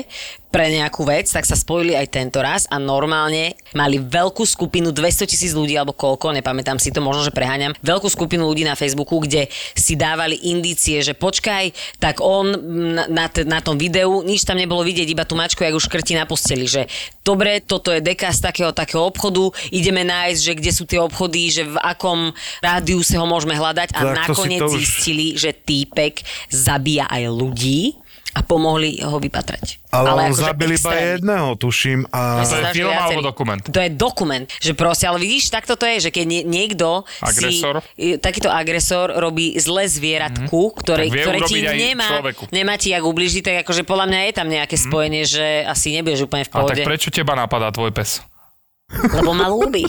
[SPEAKER 5] pre nejakú vec, tak sa spojili aj tento raz a normálne mali veľkú skupinu, 200 tisíc ľudí alebo koľko, nepamätám si to, možno, že preháňam, veľkú skupinu ľudí na Facebooku, kde si dávali indície, že počkaj, tak on na, na, t- na tom videu, nič tam nebolo vidieť, iba tú mačku, jak už krti na posteli, že dobre, toto je deka z takého takého obchodu, ideme nájsť, že kde sú tie obchody, že v akom rádiu sa ho môžeme hľadať
[SPEAKER 4] Tak to
[SPEAKER 5] a
[SPEAKER 4] No si
[SPEAKER 5] nakoniec
[SPEAKER 4] to už-
[SPEAKER 5] zistili, že týpek zabíja aj ľudí a pomohli ho vypatrať.
[SPEAKER 4] Ale, ale on
[SPEAKER 5] akože No,
[SPEAKER 4] zabil iba
[SPEAKER 5] extrémne.
[SPEAKER 4] jedného, tuším. A...
[SPEAKER 5] Ja som
[SPEAKER 2] je
[SPEAKER 5] zažil
[SPEAKER 2] film alebo
[SPEAKER 5] viacerý.
[SPEAKER 2] dokument?
[SPEAKER 5] To je dokument, že proste, ale vidíš, takto to je, že keď nie, niekto
[SPEAKER 2] Agresor? Mhm.
[SPEAKER 5] si, i- takýto agresor robí zle zvieratku, mm. ktoré,
[SPEAKER 2] Tak vie
[SPEAKER 5] ktoré ti
[SPEAKER 2] urobiť aj
[SPEAKER 5] nemá,
[SPEAKER 2] človeku. Mhm.
[SPEAKER 5] nemá ti jak ubližiť, tak akože podľa mňa je tam nejaké spojenie, že asi nebudeš úplne v
[SPEAKER 2] A tak
[SPEAKER 5] pohode,
[SPEAKER 2] prečo teba napadá tvoj pes?
[SPEAKER 5] lebo ma ľúbi.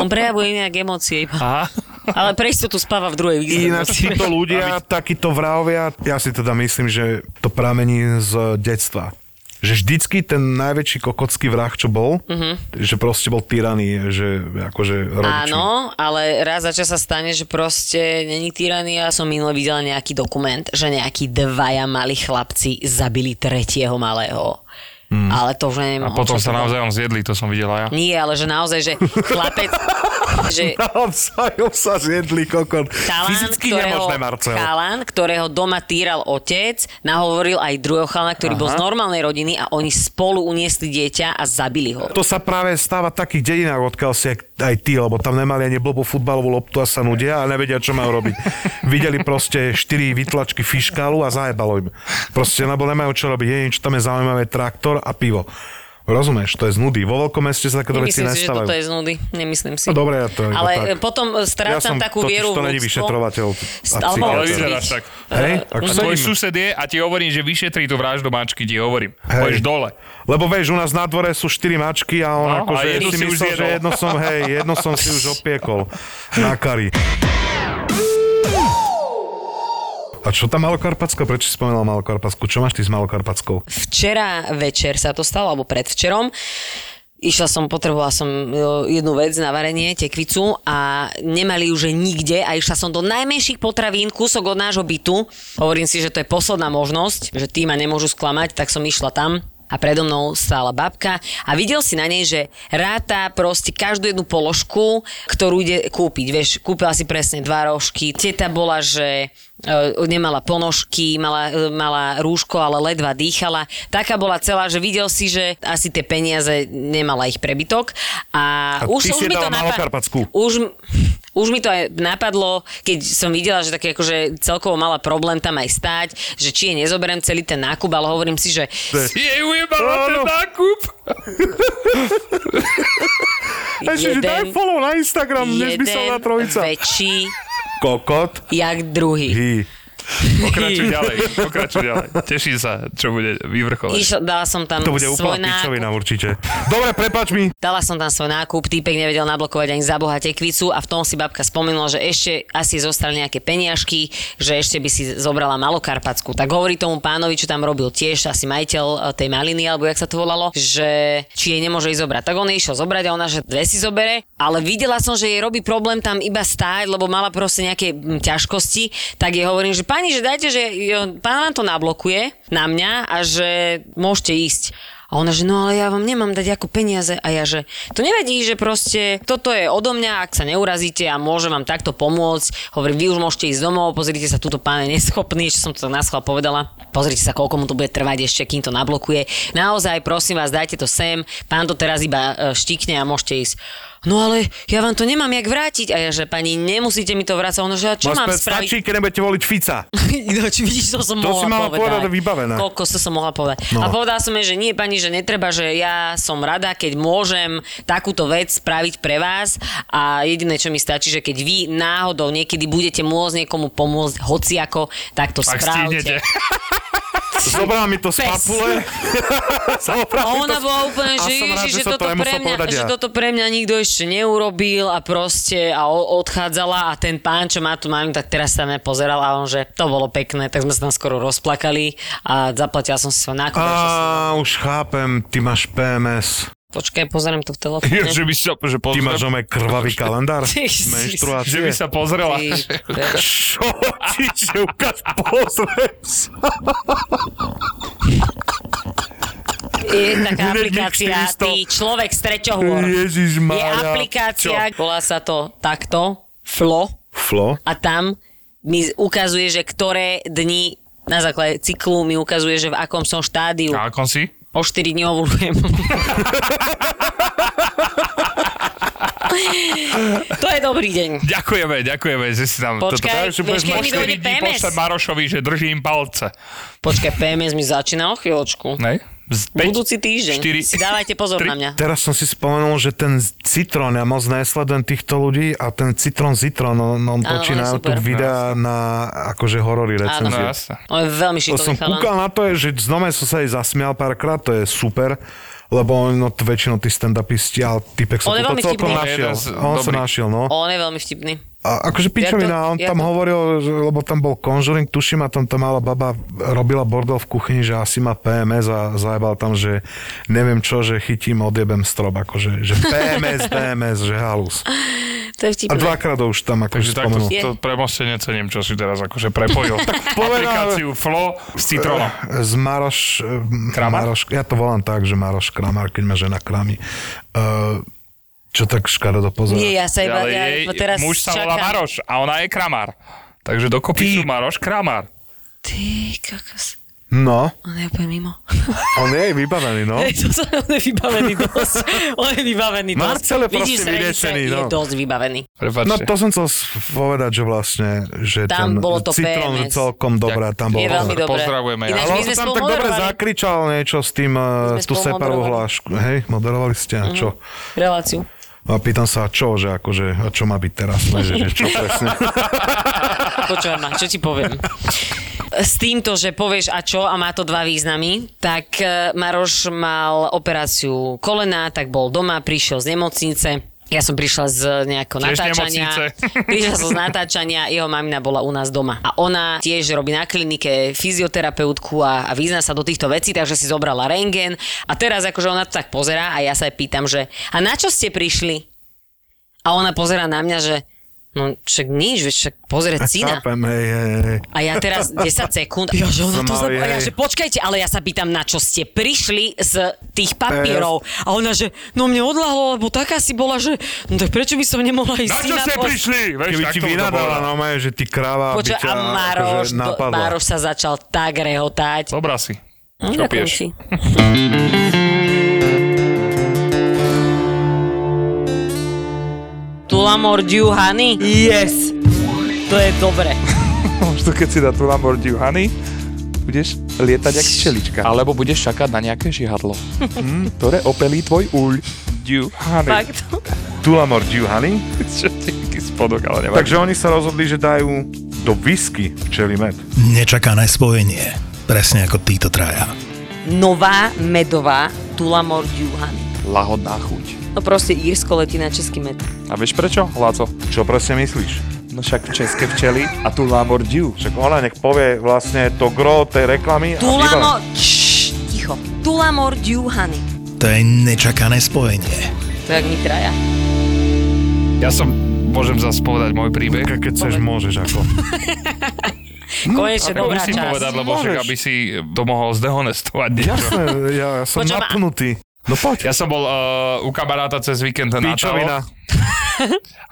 [SPEAKER 5] On prejavuje nejak emócie iba.
[SPEAKER 2] Aha.
[SPEAKER 5] Ale pre istotu spáva v druhej výzve.
[SPEAKER 4] Ináč títo ľudia, takíto vrahovia, ja si teda myslím, že to pramení z detstva. Že vždycky ten najväčší kokotský vrah, čo bol, mm-hmm. že proste bol tyraný, že akože rodičmi.
[SPEAKER 5] Áno, ale raz za čas sa stane, že proste není tyraný. Ja som minule videla nejaký dokument, že nejakí dvaja malí chlapci zabili tretieho malého.
[SPEAKER 4] Hmm.
[SPEAKER 5] Mm. Ale to už neviem.
[SPEAKER 2] A
[SPEAKER 5] o
[SPEAKER 2] potom
[SPEAKER 5] čom
[SPEAKER 2] sa
[SPEAKER 5] to bolo.
[SPEAKER 2] naozaj zjedli, to som videl aj ja.
[SPEAKER 5] Nie, ale že naozaj, že chlapec... že
[SPEAKER 4] Navzájom sa zjedli kokot.
[SPEAKER 5] Chalan,
[SPEAKER 4] No, Fyzicky
[SPEAKER 5] ktorého,
[SPEAKER 4] nemožné, Marcel.
[SPEAKER 5] chalan, ktorého doma týral otec, nahovoril aj druhého chalana, ktorý Aha. bol z normálnej rodiny a oni spolu uniesli dieťa a zabili ho.
[SPEAKER 4] To sa práve stáva v takých dedinách, odkiaľ si aj- aj ty, lebo tam nemali ani blbú futbalovú loptu a sa nudia a nevedia, čo majú robiť. Videli proste štyri vytlačky fiškálu a zajebalo im. Proste, lebo nemajú čo robiť. Jediné, čo tam je zaujímavé, traktor a pivo. Rozumieš, to je z nudy. Vo veľkom meste sa takéto veci
[SPEAKER 5] Nemyslím si, že
[SPEAKER 4] nestávajú.
[SPEAKER 5] toto je z nudy. Nemyslím si.
[SPEAKER 4] No dobre, ja to iba
[SPEAKER 5] Ale
[SPEAKER 4] tak.
[SPEAKER 5] e, potom e, strácam
[SPEAKER 4] Ja som
[SPEAKER 5] takú
[SPEAKER 4] totiž
[SPEAKER 5] vieru
[SPEAKER 4] to
[SPEAKER 5] v
[SPEAKER 4] není
[SPEAKER 5] ľudstvo.
[SPEAKER 4] vyšetrovateľ a
[SPEAKER 5] St- alebo
[SPEAKER 4] psychiatr.
[SPEAKER 2] Ale
[SPEAKER 5] musí
[SPEAKER 2] vyzeráš
[SPEAKER 5] byť,
[SPEAKER 2] tak.
[SPEAKER 4] Hej,
[SPEAKER 5] e,
[SPEAKER 4] ako
[SPEAKER 2] A
[SPEAKER 5] musí
[SPEAKER 2] tvoj
[SPEAKER 5] byť-
[SPEAKER 2] sused je a ti hovorím, že vyšetrí tú vraždu mačky, ti hovorím. Pôjdeš dole.
[SPEAKER 4] Lebo vieš, u nás na dvore sú štyri mačky a
[SPEAKER 2] No,
[SPEAKER 4] on no, akože
[SPEAKER 2] a jednu
[SPEAKER 4] si
[SPEAKER 2] si už
[SPEAKER 4] myslel, že
[SPEAKER 2] zjedol.
[SPEAKER 4] jedno som, hej, jedno som si už opiekol na kari. A čo tá Malokarpacka? Prečo si spomenul Malokarpacku? Čo máš ty s Malokarpackou?
[SPEAKER 5] Včera večer sa to stalo, alebo predvčerom. Išla som, potrebovala som e, jednu vec na varenie, tekvicu a nemali ju že nikde a išla som do najmenších potravín, kúsok od nášho bytu. Hovorím si, že to je posledná možnosť, že tí ma nemôžu sklamať, tak som išla tam a predo mnou stála babka a videl si na nej, že ráta proste každú jednu položku, ktorú ide kúpiť. Vieš, kúpila si presne dva rožky. Teta bola, že e, nemala ponožky, mala, e, mala rúško, ale ledva dýchala. Taká bola celá, že videl si, že asi tie peniaze nemala ich prebytok. A,
[SPEAKER 4] A ty
[SPEAKER 5] už,
[SPEAKER 4] si
[SPEAKER 5] už
[SPEAKER 4] jej
[SPEAKER 5] mi to
[SPEAKER 4] dala
[SPEAKER 5] napad-
[SPEAKER 4] Malokarpatskú.
[SPEAKER 5] Už, m- už mi to aj napadlo, keď som videla, že také akože celkovo mala problém tam aj stáť, že či jej nezoberiem celý ten nákup, ale hovorím si, že
[SPEAKER 2] Jej ujebala ten
[SPEAKER 4] Áno.
[SPEAKER 2] nákup.
[SPEAKER 4] Ešte, že daj follow na Instagram, nezmyselná trojica.
[SPEAKER 5] väčší,
[SPEAKER 4] Kokot.
[SPEAKER 5] jak druhý.
[SPEAKER 4] Hi.
[SPEAKER 2] Pokračuj ďalej, pokračuj ďalej. Teším sa, čo bude vyvrcholenie.
[SPEAKER 5] Išla, dala som tam
[SPEAKER 4] To bude
[SPEAKER 5] svoj
[SPEAKER 4] úplná
[SPEAKER 5] nákup.
[SPEAKER 4] pičovina určite. Dobre, prepač mi.
[SPEAKER 5] Dala som tam svoj nákup, týpek nevedel nablokovať ani za boha tekvicu a v tom si babka spomenula, že ešte asi zostali nejaké peniažky, že ešte by si zobrala malokarpacku. Tak hovorí tomu pánovi, čo tam robil tiež, asi majiteľ e, tej maliny, alebo jak sa to volalo, že či jej nemôže ísť zobrať. Tak on jej išiel zobrať a ona, že dve si zobere, ale videla som, že jej robí problém tam iba stáť, lebo mala proste nejaké mm, ťažkosti, tak jej hovorím, že pani, že dajte, že jo, pán vám to nablokuje na mňa a že môžete ísť. A ona, že no ale ja vám nemám dať ako peniaze. A ja, že to nevadí, že proste toto je odo mňa, ak sa neurazíte a môžem vám takto pomôcť. Hovorím, vy už môžete ísť domov, pozrite sa, túto pán je neschopný, ešte som to tak naschvál povedala. Pozrite sa, koľko mu to bude trvať ešte, kým to nablokuje. Naozaj, prosím vás, dajte to sem, pán to teraz iba e, štikne a môžete ísť. no ale ja vám to nemám jak vrátiť. A ja, že pani, nemusíte mi to vrácať. Ono, že ja čo
[SPEAKER 4] Vás
[SPEAKER 5] mám
[SPEAKER 4] pre-
[SPEAKER 5] spraviť?
[SPEAKER 4] Stačí, keď nebudete voliť Fica.
[SPEAKER 5] No, či vidíš, to som
[SPEAKER 4] To
[SPEAKER 5] mohla
[SPEAKER 4] si mala povedať,
[SPEAKER 5] povedať.
[SPEAKER 4] vybavené.
[SPEAKER 5] Koľko sa som mohla povedať. No. A povedala som jej, že nie, pani, že netreba, že ja som rada, keď môžem takúto vec spraviť pre vás a jediné, čo mi stačí, že keď vy náhodou niekedy budete môcť niekomu pomôcť hociako, tak to
[SPEAKER 2] Ak stihnete.
[SPEAKER 5] správte.
[SPEAKER 4] Zobrala mi to z
[SPEAKER 5] Pes.
[SPEAKER 4] papule.
[SPEAKER 5] A
[SPEAKER 4] Zobrala mi to
[SPEAKER 5] ona
[SPEAKER 4] z-
[SPEAKER 5] bola úplne,
[SPEAKER 4] A
[SPEAKER 5] že,
[SPEAKER 4] som rád,
[SPEAKER 5] ježiš, že,
[SPEAKER 4] som
[SPEAKER 5] toto, pre
[SPEAKER 4] nemusel
[SPEAKER 5] mňa,
[SPEAKER 4] povedať
[SPEAKER 5] že
[SPEAKER 4] ja.
[SPEAKER 5] toto pre mňa nikto ešte neurobil a proste a o, odchádzala a ten pán, čo má tu mami, tak teraz sa na mňa pozeral a on, že to bolo pekné, tak sme sa tam skoro rozplakali a zaplatila som si svoj nákup. a išla som
[SPEAKER 4] Á, už chápem, ty máš PMS.
[SPEAKER 5] Počkaj, pozerám to v telefóne.
[SPEAKER 2] že by sa, že
[SPEAKER 4] Ty máš
[SPEAKER 2] pozrel,
[SPEAKER 4] ome krvavý kalendár?
[SPEAKER 5] Ty si-
[SPEAKER 2] že by
[SPEAKER 4] Menštruácie?
[SPEAKER 2] sa pozrela.
[SPEAKER 5] Ty,
[SPEAKER 4] Čo ti, že ukáž, pozriem sa.
[SPEAKER 5] je taká
[SPEAKER 4] Hneď
[SPEAKER 5] aplikácia,
[SPEAKER 4] mixed isto.
[SPEAKER 5] ty človek z treťohôr.
[SPEAKER 4] Ježiš
[SPEAKER 5] Je
[SPEAKER 4] Mária.
[SPEAKER 5] aplikácia, volá sa to takto, Flo,
[SPEAKER 4] Flo?
[SPEAKER 5] a tam mi ukazuje, že ktoré dni na základe cyklu mi ukazuje, že v akom som štádiu.
[SPEAKER 2] A ako si?
[SPEAKER 5] O 4 dní ovulujem. to je dobrý deň.
[SPEAKER 2] Ďakujeme, ďakujeme, že si tam
[SPEAKER 5] Počkaj,
[SPEAKER 2] toto...
[SPEAKER 5] vieš, keď mi
[SPEAKER 2] Pošli
[SPEAKER 5] dojde
[SPEAKER 2] dní
[SPEAKER 5] PMS.
[SPEAKER 2] pošlem Marošovi, že držím palce.
[SPEAKER 5] Počkaj, PMS mi začína o chvíľočku.
[SPEAKER 2] Ne? Z- päť,
[SPEAKER 5] Budúci týždeň.
[SPEAKER 2] štyri,
[SPEAKER 5] si dávajte pozor
[SPEAKER 2] tri.
[SPEAKER 5] na mňa.
[SPEAKER 4] Teraz som si spomenul, že ten Citrón, ja moc nesledujem týchto ľudí a ten Citrón Zitrón, no, on, on
[SPEAKER 5] Áno,
[SPEAKER 4] počína
[SPEAKER 5] on je
[SPEAKER 4] tu
[SPEAKER 5] super.
[SPEAKER 4] videá na akože horory
[SPEAKER 2] No
[SPEAKER 4] recenzie.
[SPEAKER 2] jasne.
[SPEAKER 5] On je veľmi
[SPEAKER 4] To som
[SPEAKER 5] šikovný chalan.
[SPEAKER 4] kúkal na to, že znova som sa jej zasmial párkrát, to je super, lebo on, no, t- väčšinou tí stand-upisti, ale typek sa
[SPEAKER 5] On je
[SPEAKER 4] to
[SPEAKER 5] veľmi
[SPEAKER 4] celkom
[SPEAKER 5] vtipný.
[SPEAKER 4] našiel.
[SPEAKER 2] Jeden z-
[SPEAKER 4] On sa
[SPEAKER 2] dobrý.
[SPEAKER 4] našiel, no.
[SPEAKER 5] On je veľmi vtipný.
[SPEAKER 4] A akože pičovina, on
[SPEAKER 5] to- ja
[SPEAKER 4] tam
[SPEAKER 5] to-
[SPEAKER 4] hovoril, že, lebo tam bol Conjuring, tuším, a tam tá malá baba robila bordel v kuchyni, že asi má PMS a zajebal tam, že neviem čo, že chytím, odjebem strop, akože, že PMS, PMS, že halus.
[SPEAKER 5] To je
[SPEAKER 4] A
[SPEAKER 5] vtipné.
[SPEAKER 4] dvakrát ho už tam
[SPEAKER 2] Takže
[SPEAKER 4] akože
[SPEAKER 2] takto
[SPEAKER 4] spomenul.
[SPEAKER 2] to premostenie cením, čo si teraz akože prepojil.
[SPEAKER 4] povedal-
[SPEAKER 2] Aplikáciu Flo s citrónom.
[SPEAKER 4] Z Maroš... eh,
[SPEAKER 2] Kramar?
[SPEAKER 4] Maroš, ja to volám tak, že Maroš Kramar, keď ma žena krami. Eh, čo tak škaredo pozerá?
[SPEAKER 5] Nie, ja sa iba,
[SPEAKER 2] Ale
[SPEAKER 5] ja
[SPEAKER 2] jej
[SPEAKER 5] iba teraz
[SPEAKER 2] muž sa volá
[SPEAKER 5] čakám.
[SPEAKER 2] Maroš a ona je Kramar. Takže dokopy sú Maroš Kramar.
[SPEAKER 5] Ty kakos,
[SPEAKER 4] No,
[SPEAKER 5] on je úplne mimo.
[SPEAKER 4] on je jej vybavený, no.
[SPEAKER 5] to sa, on je vybavený dosť. On je vybavený dosť.
[SPEAKER 4] Marcel je
[SPEAKER 5] Vidíš,
[SPEAKER 4] proste
[SPEAKER 5] zrejme,
[SPEAKER 4] vyriešený,
[SPEAKER 5] že Je
[SPEAKER 4] no.
[SPEAKER 5] dosť vybavený.
[SPEAKER 2] Prepačte.
[SPEAKER 4] No to som chcel s- povedať, že vlastne, že
[SPEAKER 5] Tam
[SPEAKER 4] ten
[SPEAKER 5] bolo to
[SPEAKER 4] citrón
[SPEAKER 5] PMS.
[SPEAKER 4] celkom dobré, tam bolo.
[SPEAKER 5] Je veľmi
[SPEAKER 2] Pozdrav-
[SPEAKER 5] dobré.
[SPEAKER 2] pozdravujeme.
[SPEAKER 4] Ale
[SPEAKER 5] Ináč my
[SPEAKER 4] on
[SPEAKER 5] sme
[SPEAKER 4] sa tam
[SPEAKER 5] spolu
[SPEAKER 4] tak dobre
[SPEAKER 5] moderovali
[SPEAKER 4] zakričal niečo s tým, eh,
[SPEAKER 5] My sme
[SPEAKER 4] tú
[SPEAKER 5] spolu
[SPEAKER 4] seperovú
[SPEAKER 5] moderovali. Mhm.
[SPEAKER 4] hlášku. Hej, moderovali ste a čo?
[SPEAKER 5] reláciu.
[SPEAKER 4] A pýtam sa, a čo, že akože, a čo má byť teraz? Ne, že, že čo presne?
[SPEAKER 5] Počúvaj ma, čo ti poviem. S týmto, že povieš a čo a má to dva významy, tak e, Maroš mal operáciu kolena, tak bol doma, prišiel z nemocnice. Ja som prišla z nejakého
[SPEAKER 2] Tiež
[SPEAKER 5] natáčania.
[SPEAKER 2] nemocnice.
[SPEAKER 5] Prišla som z natáčania, jeho mamina bola u nás doma. A ona tiež robí na klinike fyzioterapeutku a, a vyzná sa do týchto vecí, takže si zobrala rengen. A teraz akože ona to tak pozerá a ja sa jej pýtam, že a na čo ste prišli? A ona pozera na mňa, že no však nič, veď však pozrieť syna.
[SPEAKER 4] Chápem, hej, hej, hej.
[SPEAKER 5] A ja teraz 10 sekúnd. Ja, že ona
[SPEAKER 4] Som
[SPEAKER 5] to
[SPEAKER 4] malý,
[SPEAKER 5] zab- a ja,
[SPEAKER 4] hej.
[SPEAKER 5] že počkajte, ale ja sa pýtam, na čo ste prišli z tých papierov. A ona, že no mne odlahlo, lebo taká si bola, že no tak prečo by som nemohla ísť
[SPEAKER 2] Na čo
[SPEAKER 5] si
[SPEAKER 2] ste
[SPEAKER 5] po-
[SPEAKER 2] prišli? Vieš,
[SPEAKER 4] Keby ti
[SPEAKER 2] takto by to
[SPEAKER 4] vynadala,
[SPEAKER 2] bolo.
[SPEAKER 4] no majú, že ty kráva, aby
[SPEAKER 5] Počuj,
[SPEAKER 4] ťa
[SPEAKER 5] a Maroš,
[SPEAKER 4] akože
[SPEAKER 5] do,
[SPEAKER 4] napadla.
[SPEAKER 5] Maroš sa začal tak rehotať.
[SPEAKER 2] Dobrá si.
[SPEAKER 5] No,
[SPEAKER 2] Čo
[SPEAKER 5] ďakujem
[SPEAKER 2] piješ?
[SPEAKER 5] ti. Tulamor Diuhany? Yes! To je dobre.
[SPEAKER 6] Možno keď si na tú Lamborghini Hany, budeš lietať jak čelička. Alebo budeš čakať na nejaké žihadlo, Hm, ktoré opelí tvoj úľ. Duhany.
[SPEAKER 5] Fakt.
[SPEAKER 4] Tulamor Giuhani.
[SPEAKER 6] Čo ti aký spodok, ale nevadí.
[SPEAKER 4] Takže oni sa rozhodli, že dajú do whisky včeli med.
[SPEAKER 1] Nečakané spojenie. Presne ako títo traja.
[SPEAKER 5] Nová medová Tulamor Diuhany.
[SPEAKER 6] lahodná chuť.
[SPEAKER 5] No proste Írsko letí na český med.
[SPEAKER 6] A vieš prečo, Láco?
[SPEAKER 4] Čo presne myslíš?
[SPEAKER 6] No však české včely a tu Lamborghini.
[SPEAKER 4] Však ona nech povie vlastne to gro tej reklamy. a vybavené.
[SPEAKER 5] Tulamo... Čš, ticho. Tulamor Diuhany.
[SPEAKER 1] To je nečakané spojenie.
[SPEAKER 5] To je jak my traja.
[SPEAKER 2] Ja som, môžem zase povedať môj príbeh.
[SPEAKER 4] Keď chceš, môžeš ako.
[SPEAKER 5] Konečne dobrá
[SPEAKER 2] Musím
[SPEAKER 5] časť.
[SPEAKER 2] povedať, lebo však,
[SPEAKER 4] Môžeš.
[SPEAKER 2] aby si to mohol zdehonestovať. niečo.
[SPEAKER 4] Jasné, ja, ja som
[SPEAKER 5] Počúva-
[SPEAKER 4] napnutý. No poď.
[SPEAKER 2] Ja som bol uh, u kamaráta cez víkend na eh,
[SPEAKER 4] Pičovina.
[SPEAKER 2] Taloch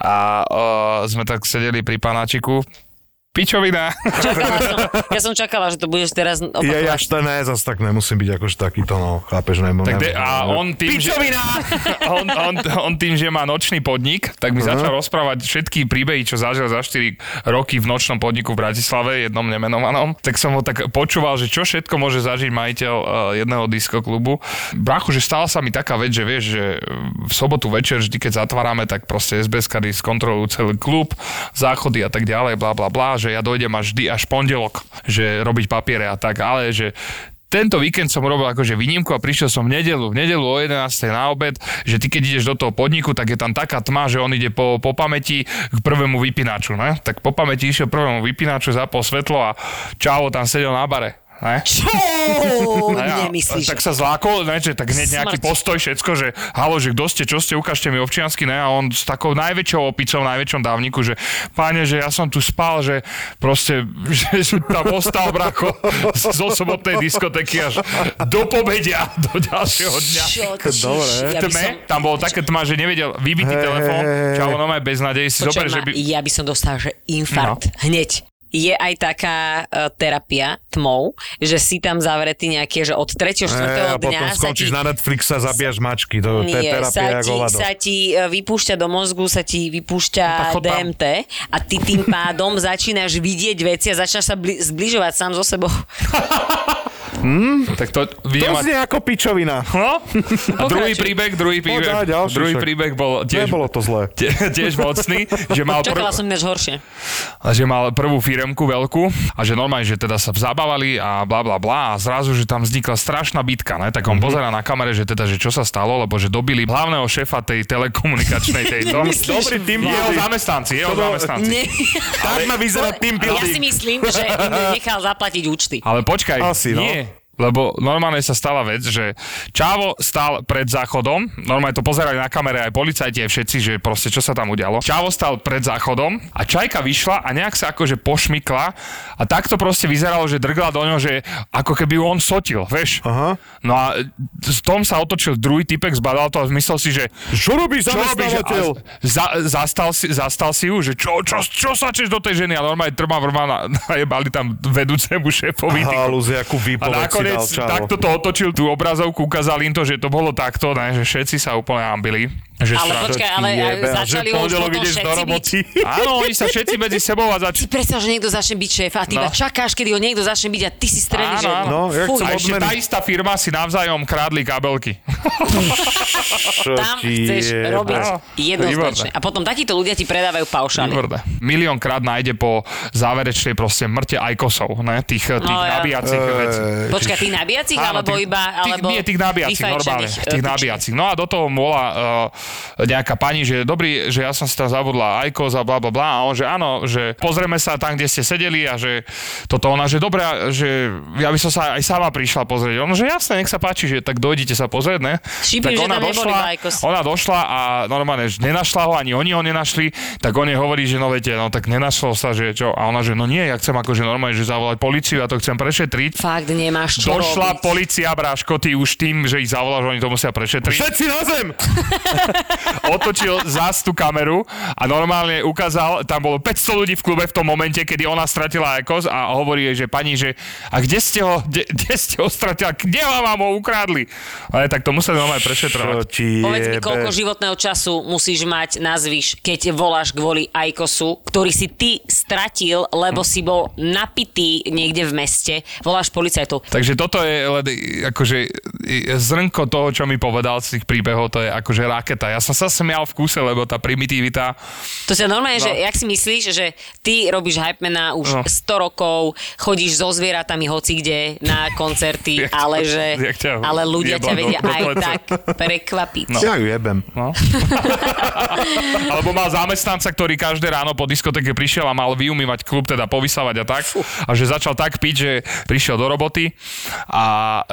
[SPEAKER 2] a uh, sme tak sedeli pri panáčiku pičovina.
[SPEAKER 5] Čakala som, ja som čakala, že to budeš teraz
[SPEAKER 4] Ja, ja,
[SPEAKER 5] opakovať.
[SPEAKER 4] to ne, zas tak nemusím byť akož takýto, no, chápeš, nemo,
[SPEAKER 2] Tak
[SPEAKER 4] nemo,
[SPEAKER 2] de, a on tým, že, on, on, on tým, že má nočný podnik, tak mi uh-huh. začal rozprávať všetky príbehy, čo zažil za 4 roky v nočnom podniku v Bratislave, jednom nemenovanom. Tak som ho tak počúval, že čo všetko môže zažiť majiteľ eh, jedného diskoklubu. Brachu, že stala sa mi taká vec, že vieš, že v sobotu večer vždy, keď zatvárame, tak proste SBS kady skontrolujú celý klub, záchody a tak ďalej, bla bla bla, že ja dojdem až vždy až pondelok, že robiť papiere a tak, ale že tento víkend som robil akože výnimku a prišiel som v nedelu, v nedelu o 11. na obed, že ty keď ideš do toho podniku, tak je tam taká tma, že on ide po, po pamäti k prvému vypínaču, ne? Tak po pamäti išiel prvému vypínaču, zapol svetlo a čavo tam sedel na bare. Ne?
[SPEAKER 5] Čo?
[SPEAKER 2] A ja-
[SPEAKER 5] Nemyslíš.
[SPEAKER 2] tak sa zlákol, ne, že tak hneď nejaký
[SPEAKER 5] Smrť.
[SPEAKER 2] postoj, všetko, že halo, že kto ste, čo ste, ukážte mi občiansky, ne, a on s takou najväčšou opicou, najväčšom dávniku, že páne, že ja som tu spal, že proste, že som tam ostal, bracho, z- zo sobotnej diskotéky až do pobedia, do ďalšieho dňa.
[SPEAKER 5] Čo, dobre. Ja by som,
[SPEAKER 2] Tme, tam bolo také tma, že nevedel vybitý telefón, čavo, no aj bez nádeje, si
[SPEAKER 5] Počkaj
[SPEAKER 2] zober, že
[SPEAKER 5] ma,
[SPEAKER 2] by...
[SPEAKER 5] ja by som dostal, že infarkt. No. Hneď. Je aj taká uh, terapia tmou, že si tam zavretý nejaké, že od
[SPEAKER 4] E,
[SPEAKER 5] 3. 4.
[SPEAKER 4] a
[SPEAKER 5] dňa
[SPEAKER 4] potom
[SPEAKER 5] sa
[SPEAKER 4] skončíš
[SPEAKER 5] ti...
[SPEAKER 4] na Netflixe a zabíjaš mačky, to, to je
[SPEAKER 5] Nie,
[SPEAKER 4] terapia
[SPEAKER 5] sa
[SPEAKER 4] ako
[SPEAKER 5] ti,
[SPEAKER 4] lado.
[SPEAKER 5] sa ti e, vypúšťa do mozgu, sa ti vypúšťa
[SPEAKER 2] No tak chod tam.
[SPEAKER 5] DMT a ty tým pádom začínaš vidieť veci a začínaš sa bli- zbližovať sám so sebou.
[SPEAKER 2] Tak to,
[SPEAKER 4] To
[SPEAKER 2] vidím,
[SPEAKER 4] znie ako pičovina.
[SPEAKER 2] No, a druhý príbeh, druhý príbeh,
[SPEAKER 4] daj ďalší
[SPEAKER 2] druhý
[SPEAKER 4] však.
[SPEAKER 2] príbeh bol tiež,
[SPEAKER 4] Nebolo to zlé.
[SPEAKER 2] Tie- tiež mocný, že mal, prv,
[SPEAKER 5] Čakala som ináč horšie.
[SPEAKER 2] že mal prvú firemku veľkú a že normálne, že teda sa zabávali a bla bla bla a zrazu, že tam vznikla strašná bitka, ne? tak on
[SPEAKER 4] Mhm.
[SPEAKER 2] pozera na kamere, že teda, že čo sa stalo, lebo že dobili hlavného šéfa tej telekomunikačnej tejto.
[SPEAKER 5] Myslíš,
[SPEAKER 2] Dobrý tým jeho
[SPEAKER 4] building.
[SPEAKER 2] zamestnanci, jeho zamestnanci.
[SPEAKER 5] Ne,
[SPEAKER 4] Tak ma vyzerá team
[SPEAKER 5] ja si
[SPEAKER 4] building.
[SPEAKER 5] myslím, že im nechal zaplatiť účty.
[SPEAKER 2] Ale počkaj,
[SPEAKER 4] Asi, no.
[SPEAKER 2] nie. Lebo normálne sa stala vec, že Čavo stal pred záchodom, normálne to pozerali na kamere aj policajti, aj všetci, že proste čo sa tam udialo. Čavo stal pred záchodom a Čajka vyšla a nejak sa akože pošmykla a takto proste vyzeralo, že drgla do ňo, že ako keby ju on sotil, vieš.
[SPEAKER 4] Aha.
[SPEAKER 2] No a v tom sa otočil druhý typek, zbadal to a myslel si, že
[SPEAKER 4] Čo robí
[SPEAKER 2] a
[SPEAKER 4] zamestnávateľ?
[SPEAKER 2] za, zastal, si, zastal si ju, že čo, čo, čo sačeš do tej ženy a normálne trma vrma na, najebali tam vedúcemu šéfovi. ty ko-
[SPEAKER 4] Halúze,
[SPEAKER 2] a
[SPEAKER 4] akú výpoveď si
[SPEAKER 2] nakoniec
[SPEAKER 4] dal, čavo.
[SPEAKER 2] takto to otočil tú obrazovku, ukázal im to, že to bolo takto, ne, že všetci sa úplne hambili. Že
[SPEAKER 5] Ale
[SPEAKER 2] strašne.
[SPEAKER 5] počkaj, ale aj
[SPEAKER 4] Jebe, a že
[SPEAKER 5] začali
[SPEAKER 4] v
[SPEAKER 5] už
[SPEAKER 4] pondelok ideš
[SPEAKER 5] potom
[SPEAKER 4] do
[SPEAKER 5] všetci byť
[SPEAKER 4] roboty.
[SPEAKER 2] Áno, oni sa všetci medzi sebou a
[SPEAKER 5] Ty
[SPEAKER 2] začali.
[SPEAKER 5] predstav, že niekto začne byť šéf a ty
[SPEAKER 2] No.
[SPEAKER 5] no. iba čakáš, kedy ho niekto začne byť a ty si stredný
[SPEAKER 2] Áno,
[SPEAKER 5] že
[SPEAKER 2] áno.
[SPEAKER 4] No, jak
[SPEAKER 5] Fuj,
[SPEAKER 4] som
[SPEAKER 2] A ešte
[SPEAKER 4] odmeny.
[SPEAKER 2] tá istá firma si navzájom krádli kabelky.
[SPEAKER 4] Čo
[SPEAKER 5] tam
[SPEAKER 4] ti
[SPEAKER 5] chceš
[SPEAKER 4] jebe?
[SPEAKER 5] robiť
[SPEAKER 2] áno.
[SPEAKER 5] jednoznačne.
[SPEAKER 2] No, Výborné.
[SPEAKER 5] A potom takíto ľudia ti predávajú paušály.
[SPEAKER 2] Výborné. Miliónkrát nájde po záverečnej proste mŕte ajkosov, ne? Tých, tých
[SPEAKER 5] No, ja.
[SPEAKER 2] nabíjacích vecí.
[SPEAKER 5] Počkaj, tých nabíjacích,
[SPEAKER 2] Áno,
[SPEAKER 5] alebo
[SPEAKER 2] tých-
[SPEAKER 5] iba... Alebo
[SPEAKER 2] tých, nie, tých nabíjacích,
[SPEAKER 5] vyfajčených,
[SPEAKER 2] normálne.
[SPEAKER 5] e,
[SPEAKER 2] Tých
[SPEAKER 5] tučných?
[SPEAKER 2] nabíjacích. No a do toho bola uh, nejaká pani, že dobrý, že ja som si tam zabudla IQOS a bla bla bla. A on, že áno, že pozrieme sa tam, kde ste sedeli a že toto ona, že dobre, a že ja by som sa aj sama prišla pozrieť. On, že jasne, nech sa páči, že tak dojdite sa pozrieť, ne? tak
[SPEAKER 5] Šípim, že
[SPEAKER 2] ona
[SPEAKER 5] tam neboli
[SPEAKER 2] došla,
[SPEAKER 5] iba IQOS.
[SPEAKER 2] ona došla a normálne, že nenašla ho, ani oni ho nenašli, tak on jej hovorí, že no viete, no tak nenašlo sa, že čo, a ona, že no nie, ja chcem akože normálne, že zavolať policiu, ja to chcem prešetriť.
[SPEAKER 5] Fakt nemáš čo
[SPEAKER 2] Došla
[SPEAKER 5] robiť.
[SPEAKER 2] policia, bráško, ty už tým, že ich zavoláš, oni to musia prešetriť.
[SPEAKER 4] Všetci na zem!
[SPEAKER 2] Otočil zás tú kameru a normálne ukázal, tam bolo 500 ľudí v klube v tom momente, kedy ona stratila ekos a hovorí jej, že pani, že a kde ste ho, kde, kde ste ho stratila, kde ho vám ho ukradli? Ale tak to museli normálne
[SPEAKER 4] Čo
[SPEAKER 2] prešetrovať.
[SPEAKER 4] ti
[SPEAKER 5] Povedz mi,
[SPEAKER 4] jebe?
[SPEAKER 5] koľko životného času musíš mať na zvyš, keď voláš kvôli Aikosu, ktorý si ty stratil, lebo si bol napitý niekde v meste. Voláš policajtov.
[SPEAKER 2] Takže toto je len akože zrnko toho, čo mi povedal z tých príbehov, to je akože raketa. Ja som sa smial v kúse, lebo tá primitivita,
[SPEAKER 5] To sa normálne, no. že
[SPEAKER 2] No.
[SPEAKER 5] jak si myslíš, že ty robíš hypemana
[SPEAKER 2] No.
[SPEAKER 5] už 100 rokov, chodíš so zvieratami hoci kde na koncerty,
[SPEAKER 2] Jak ťa-
[SPEAKER 5] ale že
[SPEAKER 2] jak ťa
[SPEAKER 5] ale ľudia ťa
[SPEAKER 2] jebla do-
[SPEAKER 5] vedia
[SPEAKER 2] do
[SPEAKER 5] aj
[SPEAKER 2] plece.
[SPEAKER 5] tak prekvapiť. No.
[SPEAKER 4] Ja ju jebem.
[SPEAKER 2] No. Alebo mal zamestnanca, ktorý každé ráno po diskotéke prišiel a mal vyumývať klub, teda povysávať a tak. A že začal tak piť, že prišiel do roboty a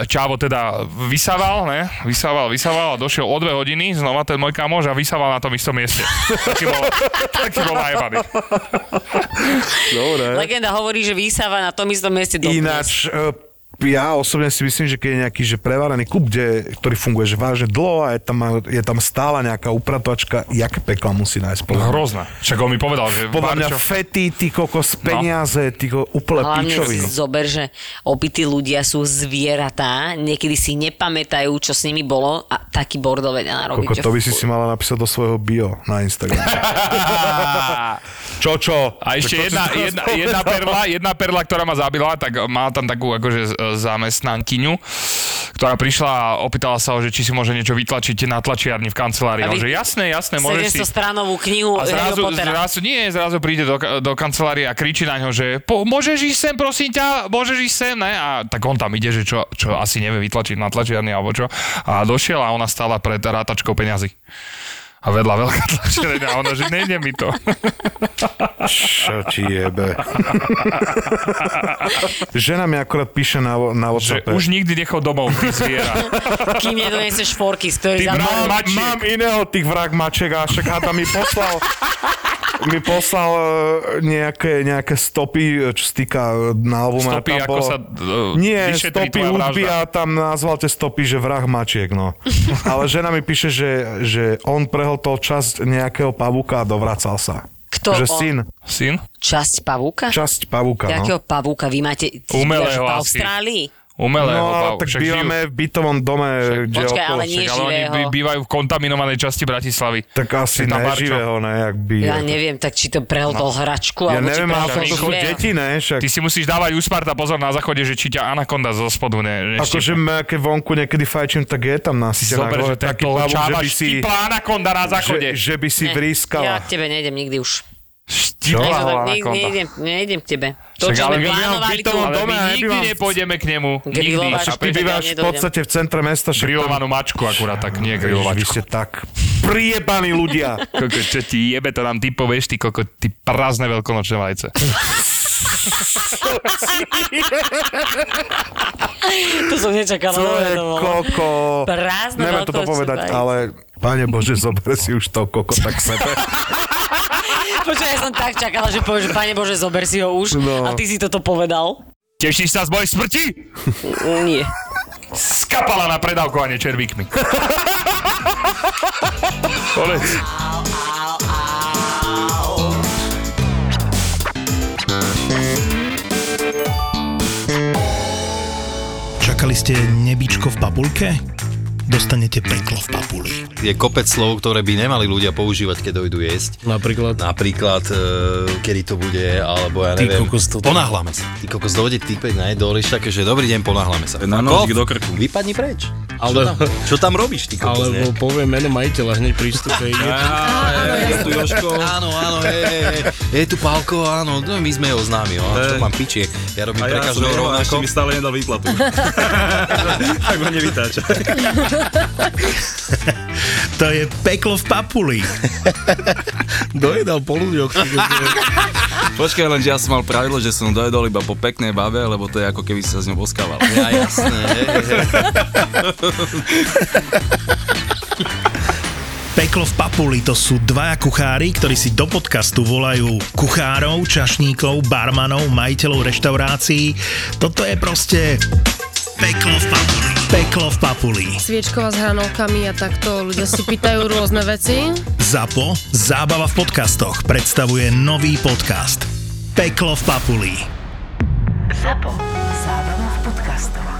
[SPEAKER 2] Čavo teda vysával, ne? Vysával, vysával a došiel o dve hodiny, znova ten môj kamoš a vysával na tom istom mieste. Taký bol, taký bol najebaný.
[SPEAKER 4] Dobre.
[SPEAKER 5] Legenda hovorí, že vysáva na tom istom mieste do
[SPEAKER 4] Ináč, e, ja osobne si myslím, že keď je nejaký že prevarený klub, kde, ktorý funguje že vážne dlho a je tam, je tam stála nejaká upratovačka, jak pekla musí nájsť. Podľa mňa.
[SPEAKER 2] Hrozné. Však on mi povedal, že...
[SPEAKER 4] Podľa mňa
[SPEAKER 2] Barčo-
[SPEAKER 4] fety, ty kokos, peniaze, ty ko, úplne
[SPEAKER 5] Hlavne
[SPEAKER 4] pičoviny.
[SPEAKER 5] zober, že opití ľudia sú zvieratá, niekedy si nepamätajú, čo s nimi bolo a taký bordel vedia narobiť.
[SPEAKER 4] Koko,
[SPEAKER 5] že
[SPEAKER 4] to by si
[SPEAKER 5] fuj.
[SPEAKER 4] si mala napísať do svojho bio na Instagram.
[SPEAKER 2] čo, čo? A ešte jedna,
[SPEAKER 4] Tak to si teraz
[SPEAKER 2] jedna, jedna,
[SPEAKER 4] povedal.
[SPEAKER 2] perla, jedna perla, ktorá ma zabila, tak mala tam takú akože z- zamestnankyňu, ktorá prišla a opýtala sa, ho, že či si môže niečo vytlačiť na tlačiarni v kancelárii. A
[SPEAKER 5] A vy-
[SPEAKER 2] že jasné, jasné, môžeš si...
[SPEAKER 5] 700 stranovú knihu
[SPEAKER 2] A zrazu,
[SPEAKER 5] Harry Pottera.
[SPEAKER 2] zrazu, nie, zrazu príde do, ka- do kancelárie a kričí na ňo, že po, môžeš ísť sem, prosím ťa, môžeš ísť sem, ne? A tak on tam ide, že čo, čo asi nevie vytlačiť na tlačiarni alebo čo. A došiel a ona stála pred rátačkou peňazí. A vedľa veľká tlačiareň a ona, že nejde mi to.
[SPEAKER 4] Čo ti jebe. Žena mi akorát píše na, vo- na
[SPEAKER 2] že
[SPEAKER 4] WhatsAppe.
[SPEAKER 2] už nikdy nechod domov, ty zviera.
[SPEAKER 5] Kým nedonesieš forky, stojí za
[SPEAKER 4] Ty mám,
[SPEAKER 5] mnou.
[SPEAKER 2] mačiek.
[SPEAKER 4] mám iného tých vrak maček a však Hada mi poslal mi poslal e, nejaké, nejaké stopy, e, čo sa týka e, na albume.
[SPEAKER 2] Stopy,
[SPEAKER 4] tam
[SPEAKER 2] ako
[SPEAKER 4] bolo-
[SPEAKER 2] sa, e,
[SPEAKER 4] Nie,
[SPEAKER 2] vyšetrí
[SPEAKER 4] stopy
[SPEAKER 2] tvoja
[SPEAKER 4] hudby
[SPEAKER 2] vražda.
[SPEAKER 4] a tam nazval tie stopy, že vrah mačiek, no. Ale žena mi píše, že, že on prehltol časť nejakého pavúka a dovracal sa.
[SPEAKER 5] Kto
[SPEAKER 4] že
[SPEAKER 5] on?
[SPEAKER 4] syn,
[SPEAKER 2] Syn?
[SPEAKER 5] Časť pavúka?
[SPEAKER 4] časť pavúka, no.
[SPEAKER 5] Jakého pavúka? Vy máte ty
[SPEAKER 2] Umelého
[SPEAKER 5] bývaš v
[SPEAKER 2] asi.
[SPEAKER 5] Austrálii?
[SPEAKER 2] Umelého,
[SPEAKER 4] No, ale
[SPEAKER 2] Pavla.
[SPEAKER 4] tak
[SPEAKER 2] Však žijú-
[SPEAKER 4] bývame v bytovom dome, kde
[SPEAKER 5] Počkaj,
[SPEAKER 4] okolo.
[SPEAKER 5] ale
[SPEAKER 4] však-
[SPEAKER 5] nie
[SPEAKER 2] ale oni
[SPEAKER 5] živého.
[SPEAKER 2] by- bývajú v kontaminovanej časti Bratislavy.
[SPEAKER 4] Tak asi
[SPEAKER 2] Je tam Barčo.
[SPEAKER 4] neživého, ne, jak by...
[SPEAKER 5] Ja neviem, tak či to prehltol hračku,
[SPEAKER 4] ja
[SPEAKER 5] alebo či
[SPEAKER 4] neviem, ale
[SPEAKER 5] prehltol
[SPEAKER 4] to sú
[SPEAKER 5] živého.
[SPEAKER 4] deti, ne, však...
[SPEAKER 2] Ty si musíš dávať u Sparta pozor na záchode, že či ťa anakonda zo spodu ne, neštipne.
[SPEAKER 4] Akože ma, keď vonku niekedy fajčím, tak je tam nasýtená
[SPEAKER 2] Zober, že
[SPEAKER 4] gole
[SPEAKER 2] taký
[SPEAKER 4] taký pavúk, že by
[SPEAKER 2] čávaš
[SPEAKER 4] si,
[SPEAKER 2] typa anakonda na
[SPEAKER 4] že,
[SPEAKER 2] záchode.
[SPEAKER 4] že by si
[SPEAKER 5] Ne, Ja
[SPEAKER 4] vrískala.
[SPEAKER 5] k tebe nejdem nikdy už.
[SPEAKER 2] Štípla
[SPEAKER 5] Nech sa tak-
[SPEAKER 2] ho
[SPEAKER 5] ne-
[SPEAKER 2] anakonda.
[SPEAKER 5] Nejdem, nejdem k tebe. To,
[SPEAKER 2] Však
[SPEAKER 5] čo
[SPEAKER 2] ale my
[SPEAKER 5] sme
[SPEAKER 2] bývame v
[SPEAKER 5] plánovali tu,
[SPEAKER 2] bytovom dome a
[SPEAKER 4] ja
[SPEAKER 2] my nikdy
[SPEAKER 4] nebývam-
[SPEAKER 2] nepôjdeme k nemu. Nikdy.
[SPEAKER 5] Grilovať.
[SPEAKER 4] Však ty
[SPEAKER 5] Ja
[SPEAKER 4] bývaš v
[SPEAKER 5] nedojdem.
[SPEAKER 4] podstate v centre mesta, však
[SPEAKER 2] Grillovanú mačku akurát, tak nie
[SPEAKER 4] Ježiš, Vy
[SPEAKER 2] grilovačku.
[SPEAKER 4] ste tak priebaní ľudia.
[SPEAKER 2] Koko, čo ti jebe, to nám ty povieš, ty koko, ty prázdne veľkonočné vajce.
[SPEAKER 5] To som nečakala.
[SPEAKER 4] To je koko.
[SPEAKER 5] Prázdne
[SPEAKER 4] Neviem toto
[SPEAKER 5] veľkonočné
[SPEAKER 4] povedať,
[SPEAKER 5] vajce.
[SPEAKER 4] ale... Pane Bože, zober si už to koko tak k sebe.
[SPEAKER 5] Počkaj, ja som tak čakala, že povieš, že Pane Bože, zober si ho už.
[SPEAKER 4] No.
[SPEAKER 5] A ty si toto povedal. Mm,
[SPEAKER 2] Tešíš sa z mojej smrti?
[SPEAKER 5] Nie.
[SPEAKER 2] Skapala na predávkovanie červíkmi. Konec.
[SPEAKER 1] Čakali ste nebičko v papulke? Dostanete peklo v papuli.
[SPEAKER 7] Je kopec slov, ktoré by nemali ľudia používať, keď dojdu jesť.
[SPEAKER 8] Napríklad
[SPEAKER 7] Napríklad, e, kedy to bude, alebo ja
[SPEAKER 8] Ty
[SPEAKER 7] neviem.
[SPEAKER 8] kokos, to-
[SPEAKER 7] Ponáhlame sa. Ty kokos, dojde týpek na jedolíš také, že dobrý deň, ponáhlame sa.
[SPEAKER 8] Na
[SPEAKER 7] Kop,
[SPEAKER 8] nožík do krku.
[SPEAKER 7] Vypadni preč.
[SPEAKER 8] Ale-
[SPEAKER 7] Čo tam, čo tam robíš, ty kokos,
[SPEAKER 8] Alebo
[SPEAKER 7] ne?
[SPEAKER 8] poviem meno majiteľa hneď pri vstupe. Je tu- je tu Joško.
[SPEAKER 7] Áno, áno, je, je, je, je tu Pálko, áno, no, my sme ho známi, jo, a čo
[SPEAKER 8] Hej.
[SPEAKER 7] mám pičie, ja robím
[SPEAKER 8] A
[SPEAKER 7] pre
[SPEAKER 8] ja som
[SPEAKER 7] každého
[SPEAKER 8] jeho a ešte
[SPEAKER 7] rovnako.
[SPEAKER 8] mi stále nedal výplatu. tak ma nevytáča.
[SPEAKER 1] To je peklo v papuli.
[SPEAKER 8] Dojedal polúďok.
[SPEAKER 9] Počkaj len, že ja som mal pravidlo, že som dojedol iba po peknej babe, lebo to je ako keby si sa s ňou boskával.
[SPEAKER 7] Ja, jasné, hej, hej.
[SPEAKER 1] Peklo v papuli to sú dvaja kuchári, ktorí si do podcastu volajú kuchárov, čašníkov, barmanov, majiteľov reštaurácií. Toto je proste peklo v papuli. Peklo v papuli.
[SPEAKER 10] Sviečková s hranolkami a takto ľudia si pýtajú rôzne veci.
[SPEAKER 1] ZAPO, zábava v podcastoch, predstavuje nový podcast. Peklo v papuli.
[SPEAKER 11] Zapo. Zábrná v podcastov.